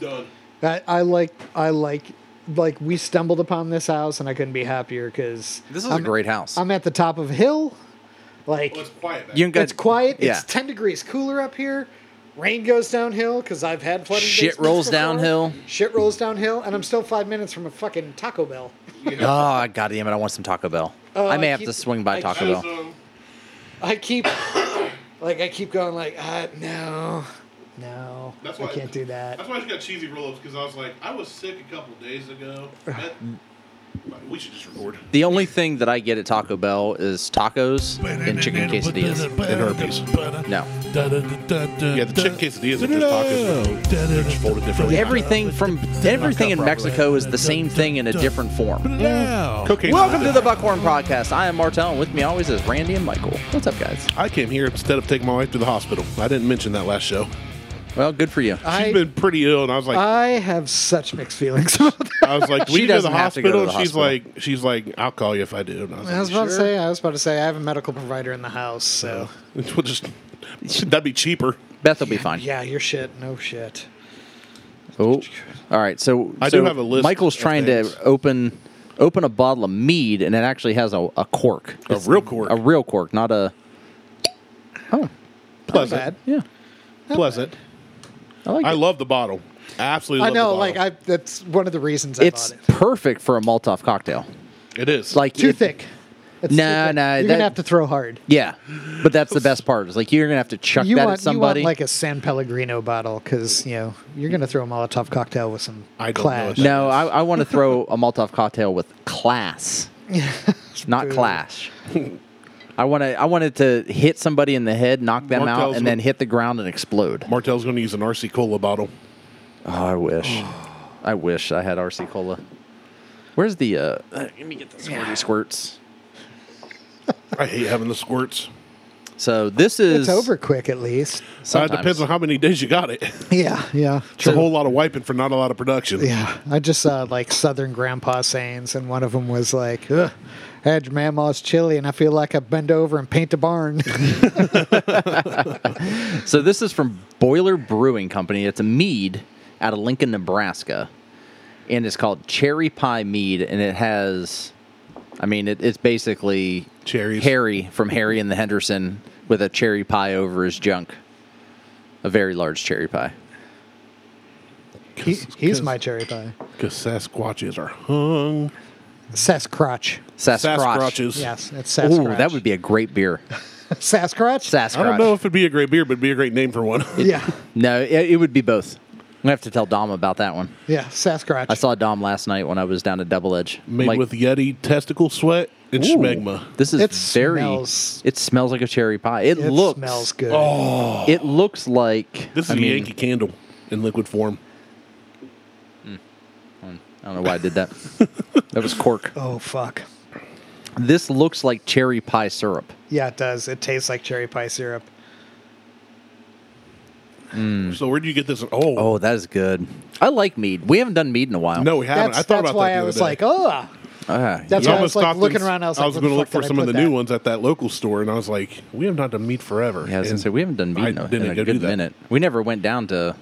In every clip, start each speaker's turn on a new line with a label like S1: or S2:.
S1: done.
S2: I, I like I like like we stumbled upon this house and I couldn't be happier because
S3: This is
S2: I'm,
S3: a great house.
S2: I'm at the top of a hill. Like
S1: Well, it's quiet. Back.
S3: you can get
S2: it's quiet.
S3: Yeah.
S2: It's ten degrees cooler up here. Rain goes downhill because I've had flooding.
S3: Shit
S2: basements
S3: rolls
S2: before.
S3: downhill.
S2: Shit rolls downhill, and I'm still five minutes from a fucking Taco Bell.
S1: You know,
S3: Oh, god damn it! I want some Taco Bell.
S2: Oh,
S3: I may
S2: I
S3: have
S2: keep-
S3: to swing by
S2: I
S3: Taco
S2: keep-
S3: Bell.
S4: um,
S1: Amazon,
S2: I keep like I keep going like uh, no, no,
S1: That's
S2: I
S1: why-
S2: can't do that.
S1: That's why she got cheesy roll-ups because I was like, I was sick a couple days ago. That- we should just record.
S3: The only thing that I get at Taco Bell is tacos and chicken quesadillas.
S4: And herpes.
S3: No.
S4: Yeah,
S5: Yeah,
S4: the chicken quesadillas are just tacos. They're just folded differently.
S3: Everything from everything in Mexico is the same thing in a different form.
S4: Cocaine.
S3: Oh. Welcome to the Buckhorn Podcast. I am Martel, and with me always is Randy and Michael. What's up, guys?
S4: I came here instead of taking my wife to the hospital. I didn't mention that last show.
S3: Well, good for you.
S4: She's
S2: I
S4: been pretty ill, and I was like,
S2: I have such mixed feelings about that.
S4: I was like,
S3: Uh, She
S4: we you go to the
S3: doesn't have to go to
S4: hospital.
S3: the
S4: she's
S3: hospital.
S4: like, she's like, I'll call you if I do. And I was
S2: I was
S4: like,
S2: about to say I was about to say I have a medical provider in the house, so
S4: we'll just that'd be cheaper.
S3: Beth will be fine.
S2: yeah, your shit, no shit.
S3: Oh, all right. So
S4: I
S3: so
S4: do have a list
S3: Michael's
S4: of
S3: trying
S4: things.
S3: to open open a bottle of mead, and it actually has a, a cork,
S4: A real cork.
S3: a real cork, not a
S4: pleasant,
S2: Bad.
S3: yeah.
S4: pleasant.
S3: I like
S4: I
S3: it.
S4: love the bottle. I absolutely.
S2: I
S4: love the
S2: know,
S4: bottle.
S2: like I that's one of the reasons I
S3: It's
S2: bought it.
S3: perfect for a Molotov cocktail.
S4: it is
S3: Like
S2: Too
S3: it-
S2: thick. It's too
S3: Nah,
S2: thick.
S3: nah,
S2: You're
S3: that-
S2: gonna have to throw hard.
S3: Yeah, but that's the best part. Is like you're gonna have to chuck
S2: You
S3: that
S2: want,
S3: at
S2: you want
S3: somebody.
S2: like a San Pellegrino bottle because you know you're gonna throw a Molotov cocktail with some
S4: I don't know
S2: clash.
S4: if that-
S3: no, I, I want to throw a Molotov cocktail with class, not clash. I want to. I wanted to hit somebody in the head, knock them out,
S4: Martell's
S3: and then
S4: with-
S3: hit the ground and explode.
S4: Martel's going to use an RC Cola bottle.
S3: Oh, I wish. I wish I had RC Cola. Where's the? Uh, let me get the squirty squirts.
S4: I hate having the squirts.
S3: So this is
S2: It's over quick at
S4: Uh, it
S2: least.
S3: sometimes.
S4: depends on how many days you got it.
S2: Yeah, yeah.
S4: It's a whole lot of wiping for not a lot of production.
S2: Yeah, I just saw like Southern grandpa sayings, and one of them was like, Ugh, "I had your Mama's chili, and I feel like I bend over and paint a barn."
S3: So this is from Boiler Brewing Company. It's a mead out of Lincoln, Nebraska, and it's called Cherry Pie Mead, and it has, I mean, it, it's basically
S4: Cherries.
S3: Harry from Harry and the Henderson with a cherry pie over his junk, a very large cherry pie.
S2: he, he's my cherry pie.
S4: Because Sasquatches are hung.
S2: Sasquatch.
S3: Sasquatch.
S4: Sasquatches.
S2: Yes, it's
S3: Ooh,
S2: Sasquatch.
S3: that would be a great beer.
S2: Sasquatch.
S3: Sasquatch.
S4: I don't know if it'd be a great beer, but it'd be a great name for one.
S2: yeah,
S3: No, it, it would be both. I'm gonna have to tell Dom about that one.
S2: yeah, Sasquatch.
S3: I saw Dom last night when I was down at Double Edge.
S4: Made with Yeti testicle sweat and
S3: Ooh,
S4: schmegma.
S3: This is
S2: It
S3: very.
S2: smells-
S3: It smells like a cherry pie. It,
S2: it
S3: looks.
S2: smells good.
S4: Oh.
S3: It looks like.
S4: This is
S3: I
S4: a
S3: mean,
S4: Yankee Candle in liquid form.
S3: I don't know why I did that. that was cork.
S2: Oh fuck.
S3: This looks like cherry pie syrup.
S2: Yeah, it does. It tastes like cherry pie syrup. Hmm.
S4: So where do you get this? Oh,
S3: Oh, that is good. I like mead. We haven't done mead in a while.
S4: no, we haven't.
S2: That's,
S4: I thought
S2: that's
S4: about
S2: why
S4: that. the
S2: I
S4: other
S2: was
S4: day.
S2: like, oh,
S3: Ah,
S2: that's
S4: I
S2: why I was
S4: almost
S2: like
S4: stopped
S2: looking
S4: and-
S2: around. I was, like,
S4: going to
S2: "Where
S4: look
S2: the
S4: for
S2: fuck
S4: some of
S2: did
S4: the
S2: I put
S4: new
S2: that?"
S4: ones at that local store, and I was like, we have not done meat forever.
S3: yeah, I was gonna
S4: And
S3: say we haven't done mead
S4: I
S3: in a,
S4: didn't
S3: in a
S4: go do
S3: good
S4: that.
S3: minute. We never went down to.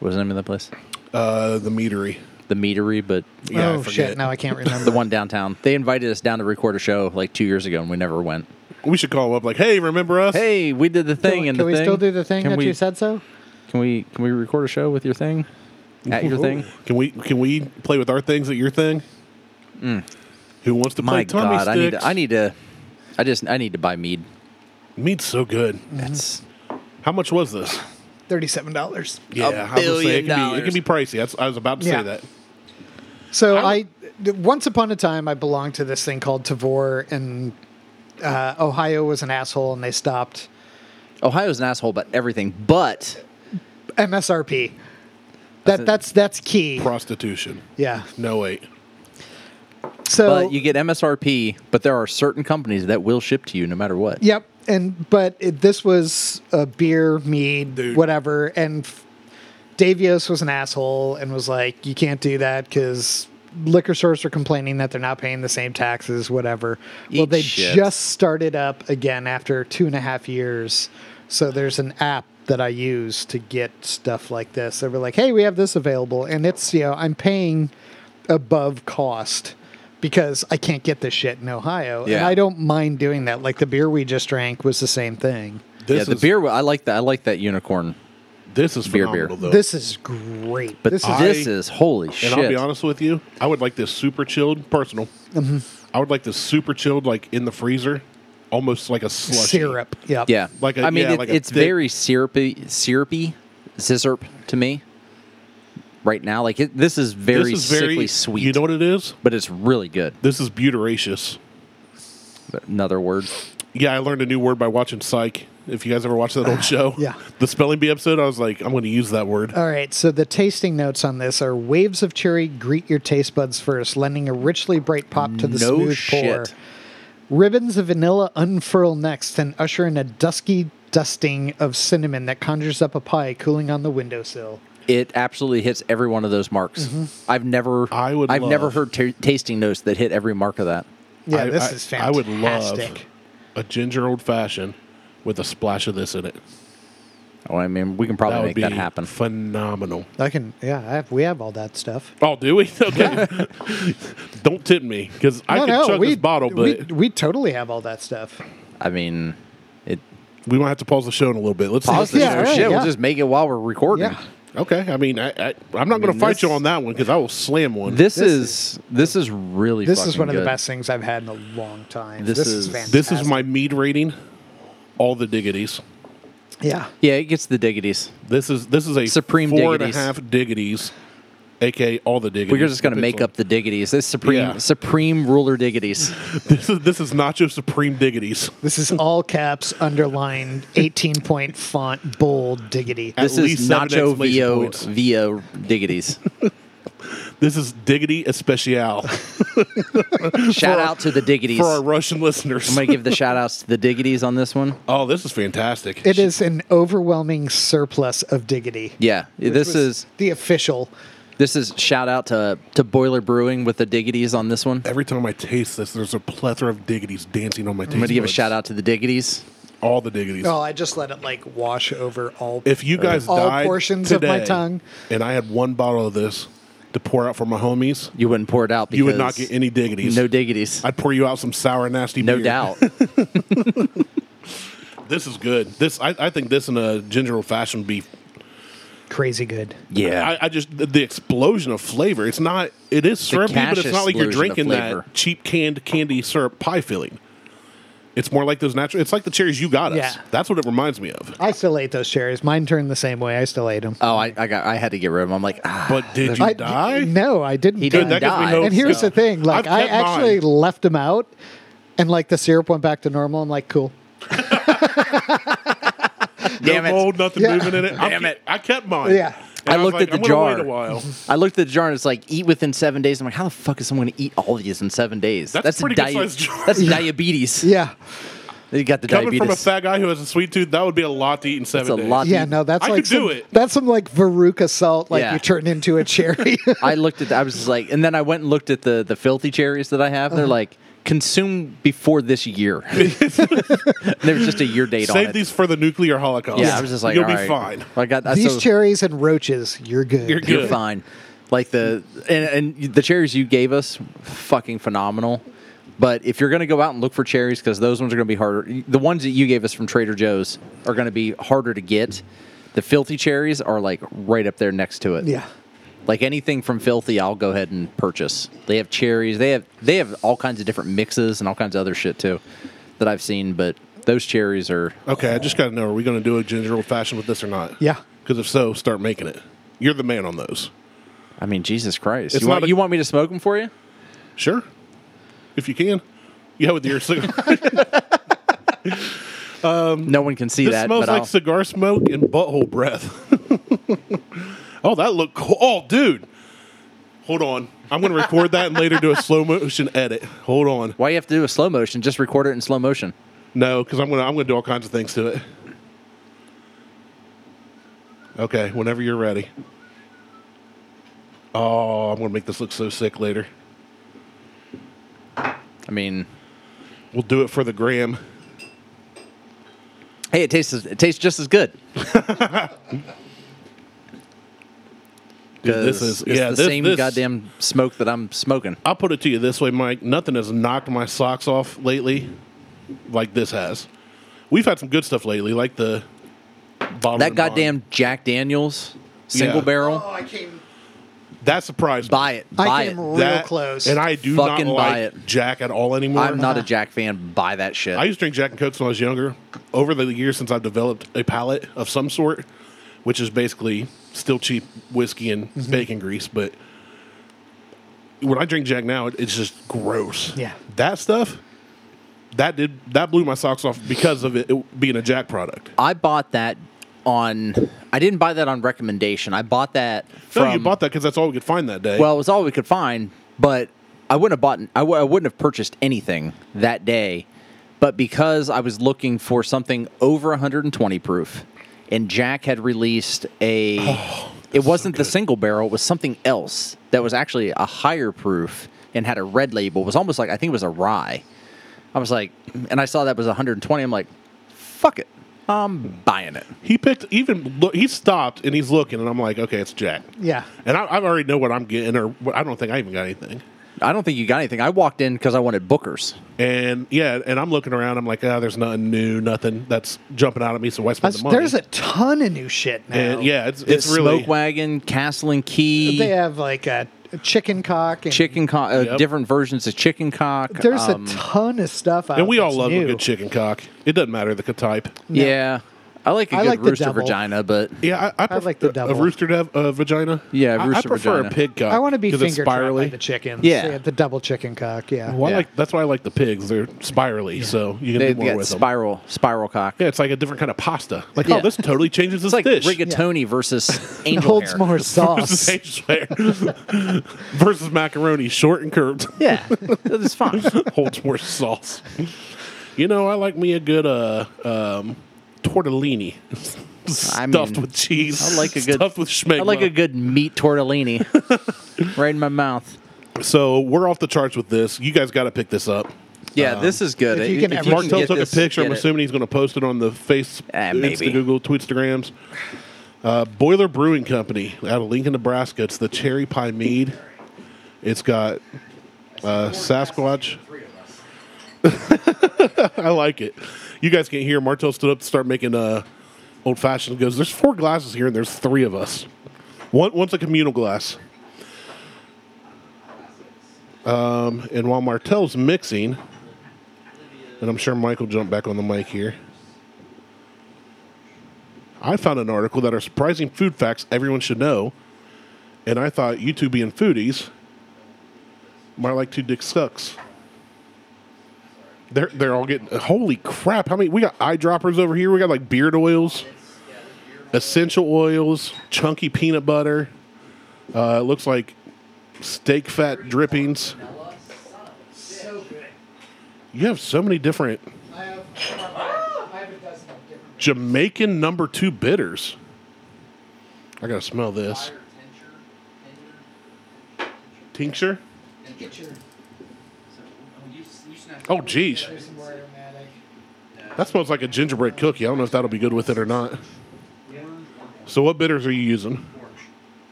S3: What was the name of that place?
S4: Uh, the meadery.
S3: The meadery, but
S4: Yeah, I
S2: oh
S4: forget.
S2: shit! Now I can't remember.
S3: the one downtown. They invited us down to record a show like two years ago, and we never went.
S4: We should call them up like, hey, remember us?
S3: Hey, we did the thing,
S2: Can
S3: and the
S2: we
S3: thing.
S2: still do the thing
S3: Can
S2: that
S3: we,
S2: you said so?
S3: Can we can we record a show with your thing? At your thing?
S4: Can we can we play with our things at your thing? Who wants to
S3: Mm.
S4: play
S3: My
S4: Tommy
S3: God, I need
S4: Sticks?
S3: to, I need to. I just I need to buy mead.
S2: Mm-hmm.
S4: meat's so good.
S3: That's
S4: How much was this?
S2: Thirty-seven dollars.
S4: Yeah, I would say
S3: billion
S4: it can, be, it
S3: dollars.
S4: can be pricey. That's, I was about to
S2: Yeah.
S4: say that.
S2: So I, d- once upon a time, I belonged to this thing called Tavor, and uh, Ohio was an asshole, and they stopped
S3: Ohio's an asshole about everything, but
S2: MSRP. That that's that's key.
S4: Prostitution.
S2: Yeah.
S4: No wait.
S2: So
S3: but you get MSRP, but there are certain companies that will ship to you no matter what.
S2: yep, and but it, this was a beer, mead,
S4: Dude.
S2: whatever, and f- Davios was an asshole and was like, you can't do that because liquor stores are complaining that they're not paying the same taxes, whatever. well,
S3: Eat
S2: they
S3: shit.
S2: just started up again after two and a half years So there's an app that I use to get stuff like this. They were like, "Hey, we have this available," and it's you know I'm paying above cost because I can't get this shit in Ohio, and
S3: Yeah.
S2: I don't mind doing that. Like the beer we just drank was the same thing.
S4: This
S3: yeah, the
S4: is,
S3: beer. I like that. I like that unicorn.
S4: This is
S3: beer, beer.
S4: phenomenal though.
S2: This is great.
S3: But
S2: this
S3: this
S2: is
S3: is,
S4: I-
S3: holy
S4: and
S3: shit.
S4: I'll be honest with you, I would like this super chilled personal.
S2: Mm-hmm.
S4: I would like this super chilled, like in the freezer, almost like a slushy.
S2: syrup. Yep.
S3: Yeah,
S4: Like a-
S3: I mean,
S4: yeah,
S3: it-
S4: like a
S3: it's
S4: thick-
S3: very syrupy, syrupy, zizzerp to me. Right now, like it, this is
S4: This
S3: very
S4: is
S3: sickly
S4: very
S3: sweet,
S4: You know what it is?
S3: but it's really good.
S4: This is butyraceous.
S3: Another word.
S4: Yeah, I learned a new word by watching Psych. If you guys ever watched that old show,
S2: Yeah.
S4: the spelling bee episode, I was like, I'm going to use that word.
S2: All right, so the tasting notes on this are waves of cherry greet your taste buds first, lending a richly bright pop to the
S3: No
S2: smooth pour.
S3: shit.
S2: Ribbons of vanilla unfurl next and usher in a dusky dusting of cinnamon that conjures up a pie cooling on the windowsill.
S3: It absolutely hits every one of those marks. I've never,
S4: Mm-hmm. I would
S3: I've never
S4: love-
S3: heard ta tasting notes that hit every mark of that.
S2: Yeah,
S4: I-
S2: this
S4: I-
S2: is
S4: I would
S2: fantastic.
S4: love a ginger old fashioned with a splash of this in it.
S3: Oh, I mean, we can probably
S4: That would
S3: make
S4: be
S3: that happen.
S4: phenomenal.
S2: I can, yeah, I have, we have all that stuff.
S4: Oh, do we? Okay. Don't tip me because I
S2: no,
S4: can
S2: no,
S4: chug
S2: we,
S4: this bottle, but
S2: we,
S4: we,
S2: we totally have all that stuff.
S3: I mean, it.
S4: might have to pause the show in a little bit. Let's
S3: Pause this
S2: Yeah,
S3: or
S2: right,
S3: shit.
S2: yeah.
S3: We'll just make it while we're recording.
S2: Yeah.
S4: Okay. I mean, I, I, I'm not going to
S3: mean,
S4: fight you
S3: this-
S4: on that one because I will slam one.
S3: This,
S2: This
S3: is, this is really
S2: This is
S3: fucking
S2: one of the
S3: good.
S2: best things I've had in a long time.
S3: This
S2: This, is,
S3: is-
S2: fantastic.
S4: this is my mead rating. All the diggities.
S2: yeah.
S3: Yeah, it gets the diggities.
S4: This is this is a
S3: Supreme
S4: four and a
S3: diggities.
S4: half diggities, aka all the diggities.
S3: We're just gonna
S4: Depends
S3: make
S4: on-
S3: up the diggities. This supreme
S4: Yeah.
S3: supreme ruler diggities.
S4: This is this is nacho supreme diggities.
S2: This is all caps, underlined, 18 point font, bold, diggity.
S4: At
S3: This is
S4: least seven
S3: Nacho
S4: exclamation
S3: Vio
S4: points.
S3: Vio diggities.
S4: This is diggity especial
S3: Shout out to the diggities.
S4: for our
S3: I'm
S4: Russian listeners.
S3: gonna give the shout outs to the diggities on this one.
S4: oh, this is fantastic.
S2: It is an overwhelming surplus of diggity.
S3: Yeah, this
S2: Which was
S3: is
S2: the official.
S3: this is shout out to to Boiler Brewing with the diggities on this one. I'm
S4: Every time I taste this, there's a plethora of diggities dancing on my taste. I'm
S3: gonna give a shout out to the diggities.
S4: All the diggities.
S2: Oh, I just let it like wash over all.
S4: If you guys
S2: all
S4: died
S2: portions of my
S4: today
S2: tongue.
S4: and I had one bottle of this to pour out for my homies,
S3: You wouldn't pour it out. Because
S4: you would not get any diggities.
S3: No diggities.
S4: I'd pour you out some sour nasty.
S3: No
S4: beer.
S3: doubt.
S4: This is good. This I, I think this and a ginger old fashioned beef.
S2: Crazy good.
S3: Yeah.
S4: I, I just the, the explosion of flavor. It's not. It is syrupy, but it's
S3: cash
S4: not like you're
S3: explosion of
S4: drinking
S3: flavor.
S4: that cheap canned candy syrup pie filling. It's more like those natural. It's like the cherries you got us.
S2: Yeah.
S4: That's what it reminds me of.
S2: I still ate those cherries. Mine turned the same way. I still ate them.
S3: Oh, I, I got. I had to get rid of them. I'm like, ah,
S4: But did you
S2: I,
S4: die?
S2: No, I didn't.
S3: He
S2: die.
S3: didn't Dude, that gives me die. hope
S2: And here's
S4: still.
S2: the thing: like
S4: I've
S2: I
S4: kept
S2: actually
S4: mine.
S2: left them out, and like the syrup went back to normal. I'm like, cool.
S3: damn
S4: no
S3: it.
S4: mold, nothing
S2: Yeah.
S4: moving in it. I
S3: Damn
S4: ke-
S3: it.
S4: I kept mine.
S2: Yeah.
S4: And
S3: I
S4: was
S3: looked
S4: like,
S3: at the
S4: I'm gonna Wait
S3: jar.
S4: a while.
S3: I looked at the jar and it's like eat within seven days. I'm like, how the fuck is someone going to eat all these in seven days?
S4: That's a pretty good sized jar.
S3: That's diabetes.
S2: Yeah,
S3: You got the
S4: Coming from a
S3: diabetes.
S4: fat guy who has a sweet tooth, that would be a lot to eat in seven
S3: a
S4: days.
S3: lot.
S2: yeah.
S3: Dude,
S2: No, that's
S4: I
S2: like
S4: could do
S2: some-
S4: it.
S2: that's some like Veruca salt. Like
S3: Yeah.
S2: you turn into a cherry.
S3: I looked at. I was just like, and then I went and looked at the the filthy cherries that I have.
S2: Uh-huh.
S3: They're like consume before this year. There's just a year date on
S4: Save
S3: it.
S4: these for the nuclear holocaust.
S3: yeah, I was just like,
S4: you'll
S3: all
S4: be
S3: right.
S4: fine.
S3: I got I-
S2: These
S3: so-
S2: cherries and roaches, you're good.
S4: You're good.
S3: You're fine. Like the and, and the cherries you gave us, fucking phenomenal. But if you're gonna go out and look for cherries, because those ones are gonna be harder. The ones that you gave us from Trader Joe's are gonna be harder to get. The filthy cherries are like right up there next to it.
S2: Yeah.
S3: Like anything from filthy, I'll go ahead and purchase. They have cherries. They have they have all kinds of different mixes and all kinds of other shit too that I've seen. But those cherries are
S4: Okay, I just got to know: Are we going to do a ginger old fashioned with this or not?
S2: Yeah.
S4: Because if so, start making it. You're the man on those.
S3: I mean Jesus Christ.
S4: It's
S3: You want,
S4: not a-
S3: you want me to smoke them for you?
S4: Sure, if you can. Yeah, with your cigar.
S3: No one can see
S4: this
S3: that.
S4: smells
S3: but
S4: like
S3: I'll-
S4: cigar smoke and butthole breath. oh, that looked cool. Oh, dude. Hold on. I'm going to record that and later do a slow motion edit. Hold on.
S3: Why you have to do a slow motion? Just record it in slow motion.
S4: No, because I'm gonna I'm gonna do all kinds of things to it. Okay, whenever you're ready. Oh, I'm gonna make this look so sick later.
S3: I mean,
S4: We'll do it for the gram.
S3: hey, Hey, it tastes it tastes just as good.
S4: Dude, this
S3: 'Cause
S4: is
S3: it's
S4: yeah.
S3: the
S4: this,
S3: same
S4: this-
S3: goddamn smoke that I'm smoking.
S4: I'll put it to you this way, Mike. Nothing has knocked my socks off lately, like this has. We've had some good stuff lately, like the bottle
S3: That
S4: of
S3: goddamn Jack Daniels single
S4: Yeah.
S3: barrel.
S2: I came,
S4: Mon. that surprised me.
S3: Buy it. Buy
S2: I
S3: it.
S2: came real
S4: that,
S2: close.
S4: and I do
S3: Fucking
S4: not
S3: buy
S4: like
S3: it.
S4: Jack at all anymore.
S3: I'm not a Jack fan. Buy that shit.
S4: I used to drink Jack and Cokes when I was younger. Over the years, since I've developed a palate of some sort, which is basically still cheap whiskey and bacon grease, but when I drink Jack now, it- it's just gross.
S2: Yeah.
S4: that stuff that did that blew my socks off because of it, it being a Jack product.
S3: I bought that on. I didn't buy that on recommendation. I bought that. From,
S4: no, you bought that because that's all we could find that day.
S3: Well, it was all we could find, but I wouldn't have bought. I, w- I wouldn't have purchased anything that day, but because I was looking for something over 120 proof, and Jack had released a.
S4: Oh,
S3: it wasn't the single barrel. It was something else that was actually a higher proof and had a red label. It was almost like I think it was a rye. I was like, and I saw that was 120. I'm like, fuck it, I'm buying it.
S4: he picked even look, he stopped and he's looking, and I'm like, okay, it's Jack.
S2: yeah.
S4: And I, I already know what I'm getting, or what- I don't think I even got anything.
S3: I don't think you got anything. I walked in because I wanted Booker's.
S4: And yeah, and I'm looking around. I'm like, ah, there's nothing new, nothing that's jumping out at me. So why
S2: I
S4: spend
S2: was-
S4: the money?
S2: there's a ton of new shit now.
S4: and yeah, it's it's
S3: It's
S4: really
S3: Smoke Wagon, Castle and Key.
S2: They have like a, a chicken cock and
S3: chicken cock, uh,
S4: Yep.
S3: different versions of chicken cock.
S2: There's
S3: um,
S2: a ton of stuff out
S4: and we all
S2: that's
S4: love
S2: new.
S4: a good chicken cock. It doesn't matter the type.
S3: yeah. I like a
S2: I
S3: good
S2: like the
S3: rooster
S2: double.
S3: vagina, but
S4: Yeah, I, I, pref-
S2: like the
S4: a-
S2: double.
S4: a rooster dev, a vagina.
S3: Yeah,
S4: I-
S3: rooster
S4: I prefer
S3: vagina.
S4: a pig cock.
S2: I want to be
S4: 'cause it's
S2: finger trapped by
S4: spirally.
S2: the chickens.
S3: Yeah.
S2: the double chicken cock. Yeah.
S4: Well, I
S3: Yeah.
S4: like that's why I like the pigs. They're spirally, so you can
S3: they
S4: do more
S3: got
S4: with them.
S3: spiral spiral cock.
S4: Yeah, it's like a different kind of pasta. Like,
S3: Yeah.
S4: oh, this totally changes this
S3: It's like
S4: dish.
S3: rigatoni versus angel
S2: Holds
S3: hair.
S2: more sauce.
S4: versus, versus macaroni, short and curved.
S3: Yeah, it's fine.
S4: holds more sauce. You know, I like me a good uh, um, tortellini, stuffed
S3: I mean,
S4: with cheese.
S3: I like a good-
S4: stuffed with schmegma.
S3: I like a good meat tortellini right in my mouth.
S4: So we're off the charts with this. You guys got to pick this up.
S3: Yeah, this is good.
S2: if you can- if you
S4: Um, Mark Tell
S3: get
S4: took a
S3: this,
S4: picture. I'm
S3: get it.
S4: assuming he's going to post it on the face,
S3: Eh, maybe.
S4: Insta, Google, Tweetstagrams. Uh, Boiler Brewing Company out of Lincoln, Nebraska. It's the cherry pie mead. It's got uh, Sasquatch. I like it. You guys can't hear. Martel stood up to start making uh, old fashioned. Goes. There's four glasses here, and there's three of us. One, one's a communal glass. Um, and while Martel's mixing, and I'm sure Michael jumped back on the mic here. I found an article that are surprising food facts everyone should know, and I thought you two being foodies might like to discuss. They're they're all getting holy crap! How many we got eyedroppers over here? We got like beard oils, essential oils, chunky peanut butter. Uh, it looks like steak fat drippings. You have so many different Jamaican number two bitters. I gotta smell this. Tincture? Oh, geez. That smells like a gingerbread cookie. I don't know if that'll be good with it or not. So, what bitters are you using?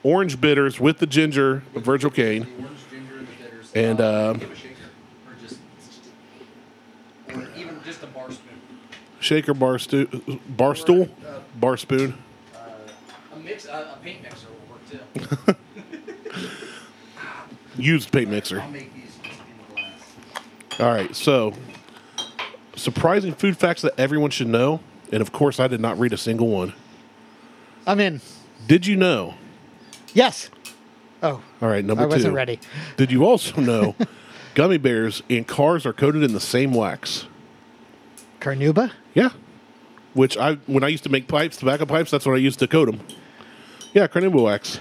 S4: Orange bitters with the ginger, Virgil Cane. And, um,
S5: even just a bar spoon.
S4: shaker bar, stu- bar stool, bar spoon.
S5: A mix, a, a paint mixer will work too.
S4: Used paint mixer.
S5: I'll make these in glass.
S4: All right, so surprising food facts that everyone should know, and of course, I did not read a single one.
S2: I'm in.
S4: Did you know?
S2: Yes. Oh,
S4: All right, number
S2: I wasn't
S4: two.
S2: ready.
S4: Did you also know gummy bears and cars are coated in the same wax?
S2: Carnuba?
S4: Yeah. Which I when I used to make pipes, tobacco pipes, that's what I used to coat them. Yeah, carnauba wax.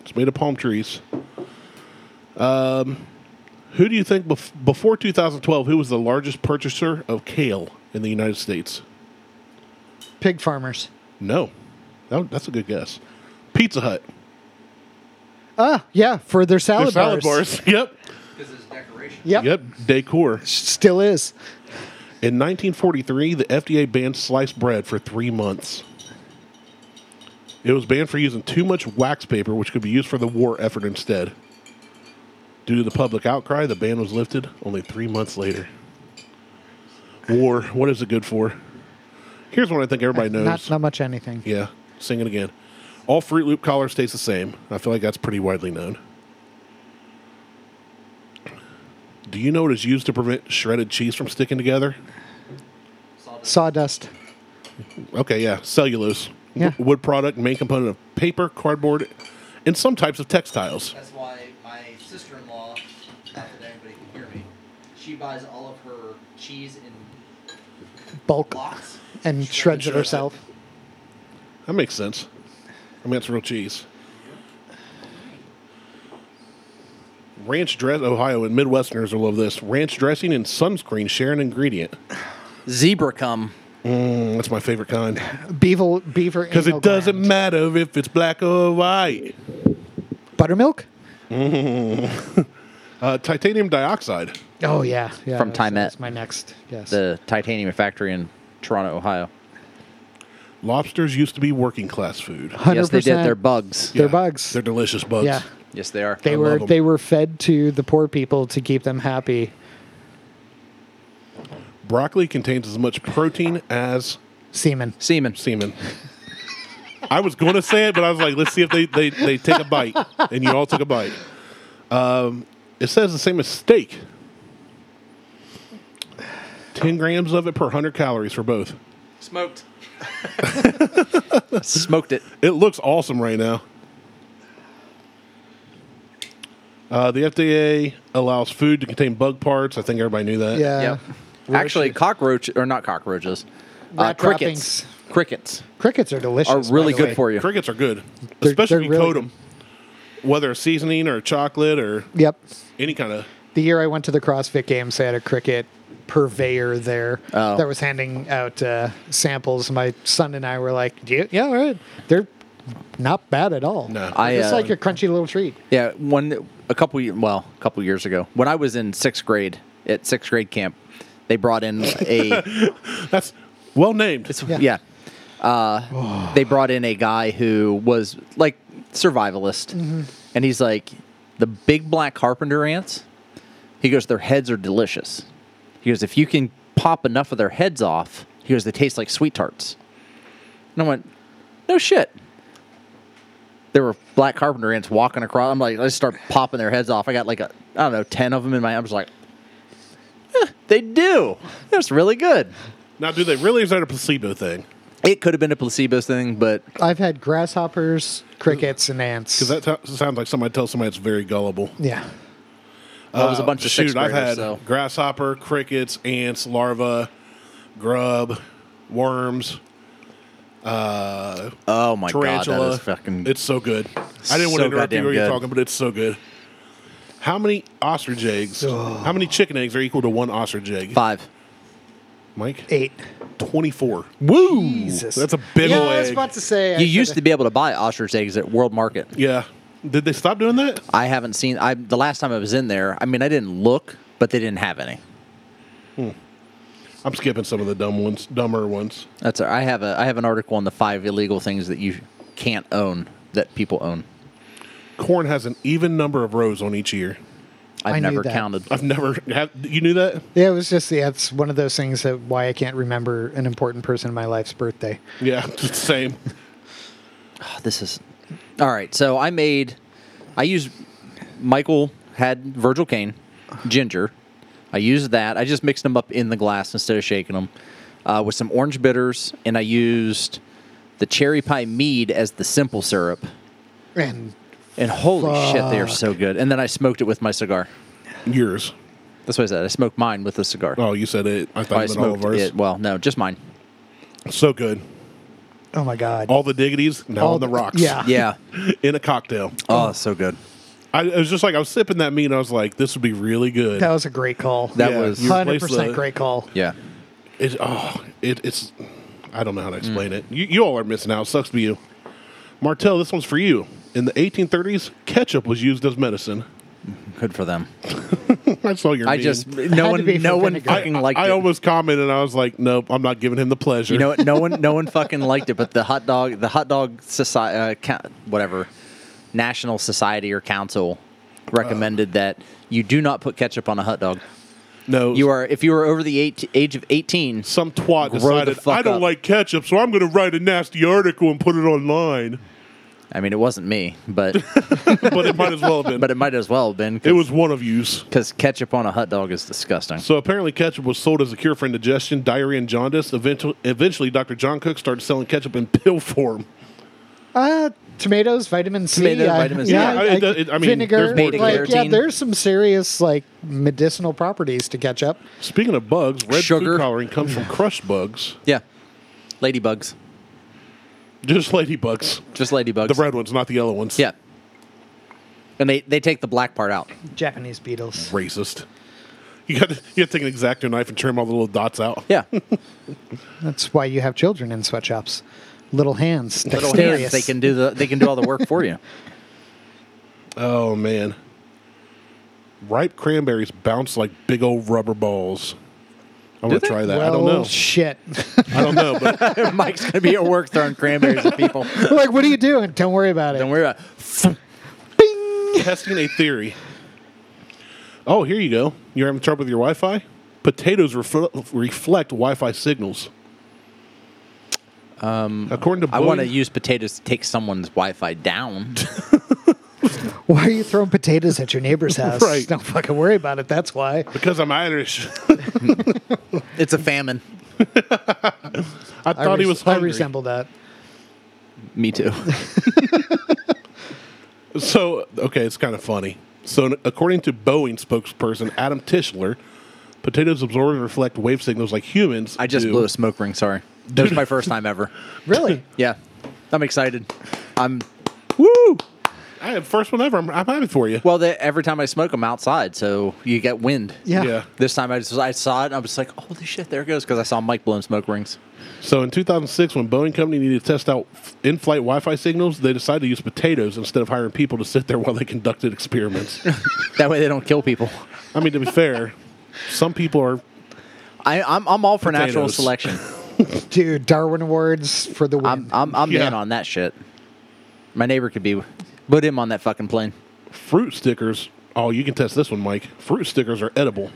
S4: It's made of palm trees. Um, who do you think bef- before 2012? Who was the largest purchaser of kale in the United States?
S2: Pig farmers.
S4: No, That- that's a good guess. Pizza Hut.
S2: Ah, yeah, for their salad,
S4: Their salad
S2: bars.
S4: bars. Yep.
S5: Because it's decoration.
S2: Yep.
S4: Yep. Decor.
S2: Still is.
S4: In 1943, the FDA banned sliced bread for three months. It was banned for using too much wax paper, which could be used for the war effort instead. Due to the public outcry, the ban was lifted only three months later. War, what is it good for? Here's one I think everybody knows.
S2: Not not much anything.
S4: Yeah, sing it again. All Fruit Loop color tastes the same. I feel like that's pretty widely known. Do you know what is used to prevent shredded cheese from sticking together?
S2: Sawdust.
S4: Okay, yeah, cellulose.
S2: Yeah.
S4: W- wood product, main component of paper, cardboard, and some types of textiles.
S5: That's why my sister-in-law, not that anybody can hear me, she buys all of her cheese in
S2: Bulk
S5: blocks.
S2: and shreds it herself.
S4: That makes sense. I mean, it's real cheese. Ranch dress, Ohio, and Midwesterners will love this. Ranch dressing and sunscreen share an ingredient.
S3: Zebra cum.
S4: Mm, that's my favorite kind.
S2: Beaver beaver
S4: Because
S2: anal
S4: it doesn't
S2: gland.
S4: matter if it's black or white.
S2: buttermilk.
S4: Uh, titanium dioxide.
S2: Oh yeah, yeah.
S3: From
S2: that's-
S3: Time
S2: that's
S3: Met.
S2: My next yes.
S3: The titanium factory in Toronto, Ohio.
S4: Lobsters used to be working class food.
S2: 100%.
S3: Yes, they did. They're bugs.
S2: They're bugs.
S4: They're delicious bugs.
S2: Yeah.
S3: Yes, they are.
S2: They
S4: I
S2: were
S4: love 'em.
S2: they were fed to the poor people to keep them happy.
S4: Broccoli contains as much protein as
S2: Semen.
S3: Semen.
S4: semen. I was going to say it, but I was like, let's see if they, they, they take a bite. And you all took a bite. Um, it says the same as steak 10 grams of it per 100 calories for both.
S5: Smoked.
S3: Smoked it.
S4: It looks awesome right now. Uh, the FDA allows food to contain bug parts. I think everybody knew that.
S2: Yeah.
S3: Yep. Actually, cockroach or not cockroaches. Uh,
S2: Rat
S3: crickets.
S2: droppings.
S3: Crickets
S2: Crickets are delicious.
S3: are really
S2: by the
S3: good
S2: way.
S3: for you.
S4: Crickets are good,
S2: They're-
S4: especially if
S2: they're
S4: you
S2: really
S4: coat them, whether it's seasoning or chocolate or
S2: Yep.
S4: any kind of.
S2: The year I went to the CrossFit Games, they had a cricket purveyor there
S3: Oh.
S2: that was handing out uh, samples. My son and I were like, "Yeah, yeah, all right. They're not bad at all.
S4: No.
S2: They're
S3: I,
S2: just
S3: uh,
S2: like a crunchy little treat.
S3: Yeah, one a couple ye- well, a couple years ago when I was in sixth grade at sixth grade camp, they brought in a
S4: That's well named.
S3: yeah. Uh, they brought in a guy who was like survivalist, and he's like the big black carpenter ants. He goes, their heads are delicious. He goes, if you can pop enough of their heads off, he goes, they taste like sweet tarts. And I went, no shit. There were black carpenter ants walking across. I'm like, I just start popping their heads off. I got like a, I don't know, ten of them in my. I'm just like, "Eh, they do. That's really good.
S4: now, do they really? Is that a placebo thing?
S3: It could have been a placebo thing, but
S2: I've had grasshoppers, crickets, and ants.
S4: Because that t- sounds like somebody tells somebody it's very gullible.
S2: yeah.
S3: well, it was a bunch of
S4: Uh, Shoot,
S3: sixth
S4: I've
S3: graders,
S4: had
S3: so
S4: grasshopper, crickets, ants, larvae, grub, worms,
S3: oh my
S4: tarantula.
S3: god, that is fucking.
S4: it's so good. I didn't want
S3: so
S4: to interrupt you
S3: goddamn
S4: while you're
S3: good.
S4: talking, but it's so good. How many ostrich eggs? How many chicken eggs are equal to one ostrich egg?
S3: five.
S4: Mike,
S2: Eight.
S4: twenty-four.
S3: Woo!
S2: Jesus.
S4: That's a big
S2: yeah,
S4: ol'
S2: I was
S4: egg.
S2: about to say. I
S3: You used
S2: should've-
S3: to be able to buy ostrich eggs at World Market.
S4: Yeah. Did they stop doing that?
S3: I haven't seen. I the last time I was in there, I mean, I didn't look, but they didn't have any.
S4: I'm skipping some of the dumb ones, dumber ones.
S3: That's. I have a. I have an article on the five illegal things that you can't own that people own.
S4: Corn has an even number of rows on each ear.
S3: I've
S2: I knew
S3: never
S2: that.
S3: counted.
S4: I've never have you knew that?
S2: Yeah, it was just yeah, it's one of those things that why I can't remember an important person in my life's birthday.
S4: Yeah, it's the same.
S3: This is all right. So I made, I used Michael had Virgil Cane, ginger. I used that. I just mixed them up in the glass instead of shaking them uh, with some orange bitters, and I used the cherry pie mead as the simple syrup.
S2: And
S3: And holy shit, they are so good. And then I smoked it with my cigar.
S4: Yours.
S3: That's what I said. I smoked mine with a cigar.
S4: Oh, you said it. I
S3: Or
S4: thought
S3: I
S4: you meant all of
S3: smoked
S4: ours.
S3: it. Well, no, just mine.
S4: So good.
S2: oh my god.
S4: All the diggities now
S2: All
S4: on the
S2: the-
S4: rocks.
S2: yeah.
S3: Yeah.
S4: in a cocktail.
S3: oh, so good.
S4: I it was just like I was sipping that meat and I was like, this would be really good.
S2: that was a great call.
S3: That
S4: Yeah,
S3: was.
S4: you-
S2: Hundred
S4: replaced
S2: percent
S4: the-
S2: great call.
S3: yeah.
S4: It, oh, it, it's I don't know how to explain
S3: Mm.
S4: it. You, you all are missing out. Sucks to be you. Martell, this one's for you. In the 1830s, ketchup was used as medicine.
S3: Good for them.
S4: I saw your.
S3: I
S4: meme.
S3: just
S2: Had
S3: no
S2: to
S3: one
S2: be for
S3: no one
S2: vinegar. I-
S4: I,
S3: fucking liked
S4: I
S3: it.
S4: almost commented. I was like, nope, I'm not giving him the pleasure.
S3: You know what? No one, no one fucking liked it. But the hot dog, the hot dog society, uh, ca- whatever, national society or council recommended
S4: Uh.
S3: that you do not put ketchup on a hot dog.
S4: no,
S3: You are if you are over the eight, age of eighteen.
S4: some twat
S3: Grow the
S4: decided
S3: fuck
S4: I don't
S3: up."
S4: like ketchup, so I'm going to write a nasty article and put it online.
S3: I mean, it wasn't me, but
S4: but it might as well have been.
S3: but it might as well have been.
S4: it was one of yous.
S3: because ketchup on a hot dog is disgusting.
S4: So apparently, ketchup was sold as a cure for indigestion, diarrhea, and jaundice. Eventually, eventually Dr. John Cook started selling ketchup in pill form.
S2: Uh, tomatoes, vitamin C.
S3: Tomato,
S2: I-
S3: vitamin C.
S4: Yeah, it does- it- I mean,
S2: vinegar.
S4: there's more to
S2: like, yeah,
S3: carotene.
S2: there's some serious like medicinal properties to ketchup.
S4: Speaking of bugs, red
S3: Sugar.
S4: food coloring comes from crushed bugs,
S3: Yeah, ladybugs,
S4: just ladybugs.
S3: just ladybugs.
S4: The red ones, not the yellow ones.
S3: Yeah, and they they take the black part out.
S2: Japanese beetles.
S4: Racist. You got to, you got to take an exacto knife and trim all the little dots out.
S3: Yeah,
S2: That's why you have children in sweatshops. Little hands,
S3: little
S2: dexterous.
S3: hands. They can do the they can do all the work for you.
S4: Oh man. Ripe cranberries bounce like big old rubber balls. I want
S3: they?
S4: to try that.
S2: Well,
S4: I don't know.
S2: Shit.
S4: I don't know, but
S3: Mike's gonna be at work throwing cranberries at people. uh,
S2: like, what are you doing? Don't worry about it.
S3: Don't worry about. It.
S4: testing a theory. Oh, here you go. You're having trouble with your Wi-Fi? Potatoes refl- reflect Wi-Fi signals. Um, According to
S3: I want to
S4: Boeing-
S3: use potatoes to take someone's Wi-Fi down.
S2: Why are you throwing potatoes at your neighbor's house?
S4: Right.
S2: Don't fucking worry about it. That's why.
S4: because I'm Irish.
S3: it's a famine.
S4: I
S2: I
S4: thought he
S2: res-
S4: was
S2: I
S4: hungry.
S2: resemble that.
S3: Me too.
S4: So, okay, it's kind of funny. So, according to Boeing spokesperson Adam Tischler, potatoes absorb and reflect wave signals like humans.
S3: I just
S4: do.
S3: blew a smoke ring. Sorry, that was my first time ever.
S2: Really?
S3: Yeah, I'm excited. I'm
S4: Woo! I have first one ever. I'm, I'm happy for you.
S3: well. The, every time I smoke, I'm outside, so you get wind.
S2: Yeah.
S4: Yeah.
S3: This time I just I saw it and I was like, holy shit, there it goes because I saw Mike blowing smoke rings.
S4: So in 2006, when Boeing Company needed to test out f- in-flight Wi-Fi signals, they decided to use potatoes instead of hiring people to sit there while they conducted experiments.
S3: That way they don't kill people.
S4: I mean, to be fair, some people are.
S3: I, I'm I'm all for natural
S4: Potatoes.
S3: selection.
S2: Dude, Darwin Awards for the win.
S3: I'm I'm I'm
S4: Yeah.
S3: in on that shit. My neighbor could be put him on that fucking plane.
S4: Fruit stickers. Oh, you can test this one, Mike. Fruit stickers are edible.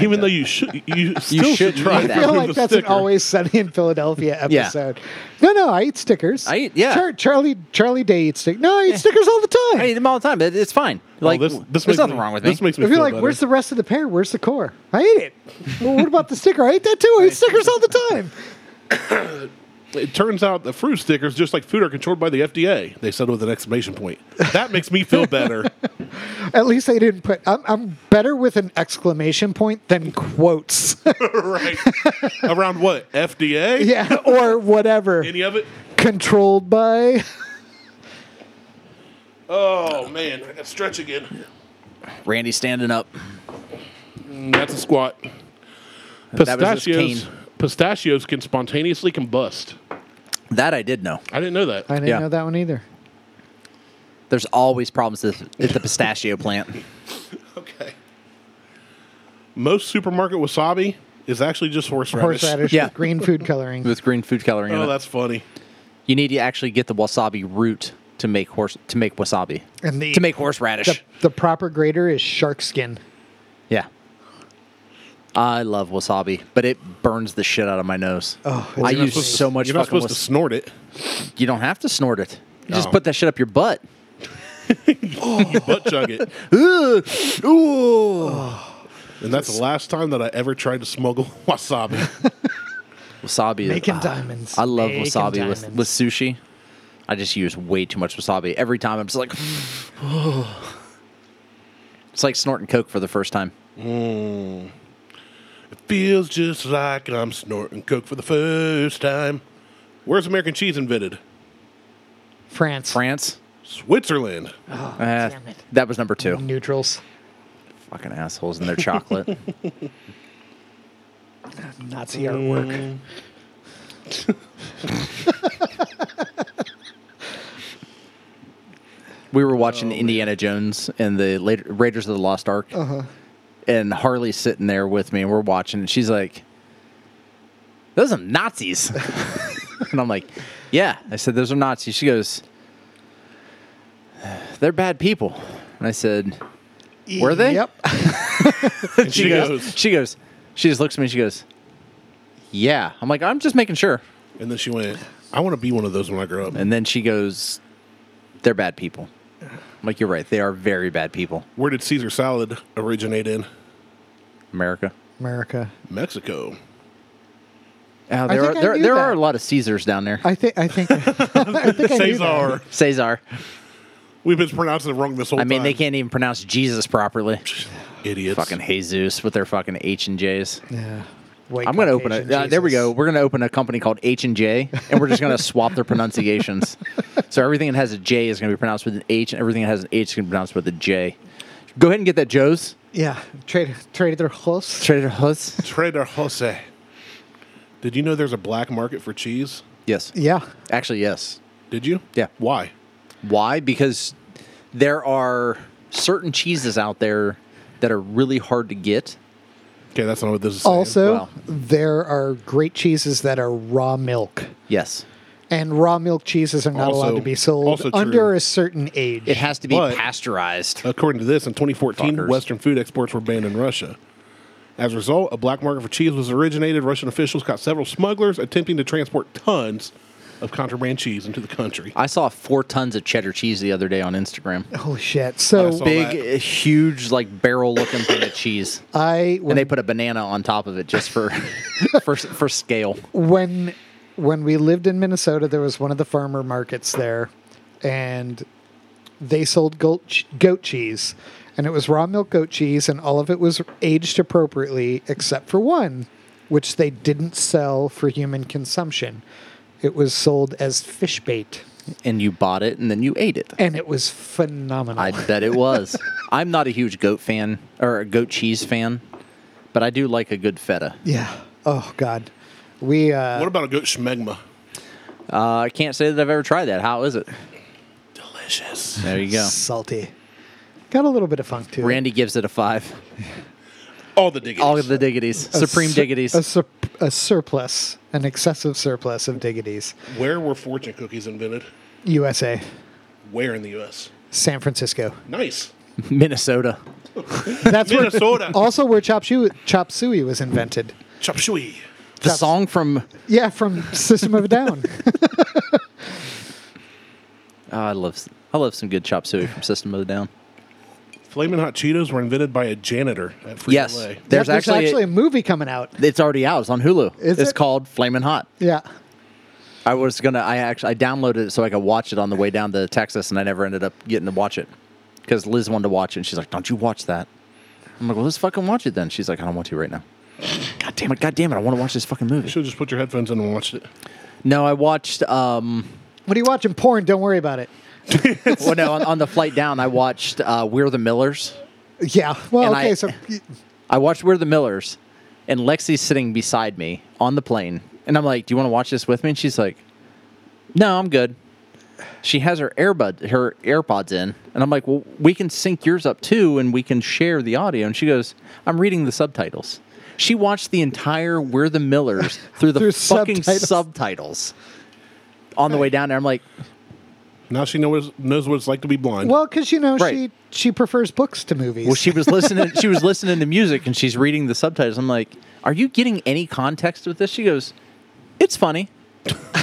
S4: Even though you should, you still should
S3: shouldn't
S4: try.
S3: eat
S4: to
S3: that.
S2: I feel
S4: remove
S2: like
S4: the
S2: that's
S4: sticker.
S2: an always sunny in Philadelphia
S3: Yeah.
S2: episode. No, no, I eat stickers.
S3: I eat- yeah.
S2: Char- Charlie Charlie Day eats stickers. No, I eat stickers all the time.
S3: I eat them all the time. It, it's fine.
S4: Oh,
S3: Like
S4: this, this
S3: there's
S4: makes
S3: nothing
S4: me-
S3: wrong with
S4: this
S3: me.
S4: makes me
S2: if you're
S4: feel
S2: like,
S4: better.
S2: where's the rest of the pear? Where's the core? I ate it. well, what about the sticker? I ate that too. I eat stickers all the time.
S4: It turns out the fruit stickers, just like food, are controlled by the FDA. They said with an exclamation point. That makes me feel better.
S2: At least they didn't put. I'm, I'm better with an exclamation point than quotes.
S4: right. Around what? FDA?
S2: yeah, or whatever.
S4: Any of it?
S2: Controlled by.
S4: Oh, man. I got to stretch again.
S3: Randy's standing up.
S4: That's a squat.
S3: was his
S4: Pistachios,
S3: cane.
S4: pistachios can spontaneously combust.
S3: That I did know.
S4: I didn't know that.
S2: I didn't
S3: Yeah.
S2: know that one either.
S3: There's always problems with- at the pistachio plant.
S4: Okay. Most supermarket wasabi is actually just horseradish.
S2: Horseradish
S3: Yeah.
S2: with green food coloring.
S3: with green food coloring
S4: Oh,
S3: in it.
S4: that's funny.
S3: You need to actually get the wasabi root to make horse to make wasabi.
S2: And the-
S3: to make horseradish.
S2: the, the proper grader is shark skin.
S3: Yeah. I love wasabi, but it burns the shit out of my nose.
S2: Oh,
S3: I
S2: you're not
S3: use
S2: supposed to-
S3: so much
S4: You're not
S3: fucking
S4: supposed to
S3: wasabi.
S4: snort it.
S3: You don't have to snort it. You just
S4: Oh.
S3: put that shit up your butt.
S4: Butt chug it.
S3: Ugh.
S4: Oh.
S3: Ooh.
S4: And that's the last time that I ever tried to smuggle wasabi.
S3: Wasabi. is-
S2: Making
S3: ah,
S2: diamonds.
S3: I love
S2: Making
S3: wasabi with,
S2: diamonds.
S3: with sushi. I just use way too much wasabi. Every time I'm just like, it's like snorting Coke for the first time.
S4: Feels just like I'm snorting coke for the first time. Where's American cheese invented?
S2: France.
S3: France.
S4: Switzerland.
S3: Eh,
S2: Oh, damn it.
S3: That was number two.
S2: Neutrals.
S3: Fucking assholes in their chocolate.
S2: Nazi
S4: Mm.
S2: artwork.
S3: We were
S4: Oh,
S3: watching Indiana Jones and the later, Raiders of the Lost Ark.
S4: Uh-huh.
S3: And Harley's sitting there with me, and we're watching, and she's like, Those are Nazis. and I'm like, Yeah. I said, Those are Nazis. She goes, They're bad people. And I said, Were they?
S2: Yep.
S4: And she,
S3: She goes,
S4: goes,
S3: She goes, She just looks at me, she goes, Yeah. I'm like, I'm just making sure.
S4: and then she went, I want to be one of those when I grow up.
S3: And then she goes, They're bad people. I'm like, You're right. They are very bad people.
S4: Where did Caesar salad originate in?
S3: America.
S2: America.
S4: Mexico.
S3: Uh,
S2: I
S3: there are
S2: think I
S3: there,
S2: knew
S3: there
S2: that.
S3: are a lot of Caesars down there.
S2: I think I think I think I knew that.
S4: Caesar.
S3: Caesar.
S4: We've been pronouncing it wrong this whole
S3: I
S4: time.
S3: mean, they can't even pronounce Jesus properly.
S4: Idiots.
S3: fucking Jesus with their fucking H and J's.
S2: Yeah. White
S3: I'm gonna open it.
S2: Caucasian
S3: Uh, there we
S2: Jesus.
S3: go. We're gonna open a company called H and J, and we're just gonna swap their pronunciations. So everything that has a J is gonna be pronounced with an H, and everything that has an H is gonna be pronounced with a J. Go ahead and get that Joe's
S2: Yeah. Trade trade their host.
S3: Trader Joe's.
S4: Trader Jose. Did you know there's a black market for cheese?
S3: Yes,
S2: Yeah.
S3: actually, yes.
S4: Did you?
S3: Yeah.
S4: Why?
S3: Why? Because there are certain cheeses out there that are really hard to get.
S4: Okay, that's not what this is. saying.
S2: Also,
S3: Wow.
S2: there are great cheeses that are raw milk.
S3: Yes,
S2: And raw milk cheeses are not
S4: Also-
S2: allowed to be sold
S4: also true.
S2: under a certain age.
S3: it has to be
S4: But-
S3: pasteurized.
S4: according to this, in 2014,
S3: Fuckers.
S4: Western food exports were banned in Russia. As a result, a black market for cheese was originated. Russian officials caught several smugglers attempting to transport tons of contraband cheese into the country.
S3: I saw four tons of cheddar cheese the other day on Instagram.
S2: Holy shit. So
S4: saw-
S3: Big,
S4: that.
S3: uh, huge, like barrel looking thing of cheese.
S2: I
S3: And
S2: when,
S3: they put a banana on top of it just for for for scale.
S2: when when we lived in Minnesota, there was one of the farmer markets there, and they sold goat ch- goat cheese, and it was raw milk goat cheese, and all of it was aged appropriately except for one, which they didn't sell for human consumption. It was sold as fish bait,
S3: And you bought it and then you ate it.
S2: and it was phenomenal.
S3: I bet it was. I'm not a huge goat fan or a goat cheese fan, but I do like a good feta.
S2: yeah. Oh God. We uh,
S4: What about a goat schmegma?
S3: Uh, I can't say that I've ever tried that. How is it?
S4: Delicious.
S3: There you go.
S2: salty. Got a little bit of funk to it.
S3: Randy gives it a five.
S4: All the diggies.
S3: All of the diggities, supreme
S2: sur-
S3: diggities.
S2: A, sur- a surplus, an excessive surplus of diggities.
S4: Where were fortune cookies invented?
S2: USA,
S4: Where in the U.S.?
S2: San Francisco.
S4: Nice.
S3: Minnesota.
S2: That's where,
S4: Minnesota.
S2: also where chop, shu- chop suey was invented.
S4: Chop suey.
S3: The song from
S2: Yeah, from System of a Down.
S3: oh, I love I love some good chop suey from System of a Down.
S4: Flamin' Hot Cheetos were invented by a janitor at Frito
S3: Yes,
S4: Lay.
S3: there's
S2: Yep,
S3: actually,
S2: a movie coming out.
S3: it's already out. It's on Hulu.
S2: Is
S3: it's
S2: it?
S3: called Flamin' Hot.
S2: Yeah.
S3: I was gonna. I actually I downloaded it so I could watch it on the way down to Texas, and I never ended up getting to watch it because Liz wanted to watch it, and she's like, "Don't you watch that?" I'm like, "Well, let's fucking watch it then." She's like, "I don't want to right now." God damn it! God damn it! I want to watch this fucking movie.
S4: Should have just put your headphones in and watched it.
S3: No, I watched. Um,
S2: What are you watching? Porn. Don't worry about it.
S3: well, no, on, on the flight down, I watched uh, We're the Millers.
S2: Yeah. Well,
S3: And
S2: okay.
S3: I-
S2: so y-
S3: I watched We're the Millers, and Lexi's sitting beside me on the plane, and I'm like, "Do you want to watch this with me?" And she's like, "No, I'm good." She has her earbud, her AirPods in, and I'm like, "Well, we can sync yours up too, and we can share the audio." And she goes, "I'm reading the subtitles." She watched the entire "We're the Millers" through the
S2: Through
S3: fucking subtitles.
S2: subtitles.
S3: on the way down there. I'm like,
S4: Now she knows knows what it's like to be blind.
S2: well, because you know
S3: Right.
S2: she she prefers books to movies.
S3: "Well, she was listening. she was listening to music, and she's reading the subtitles." I'm like, "Are you getting any context with this?" She goes, "It's funny."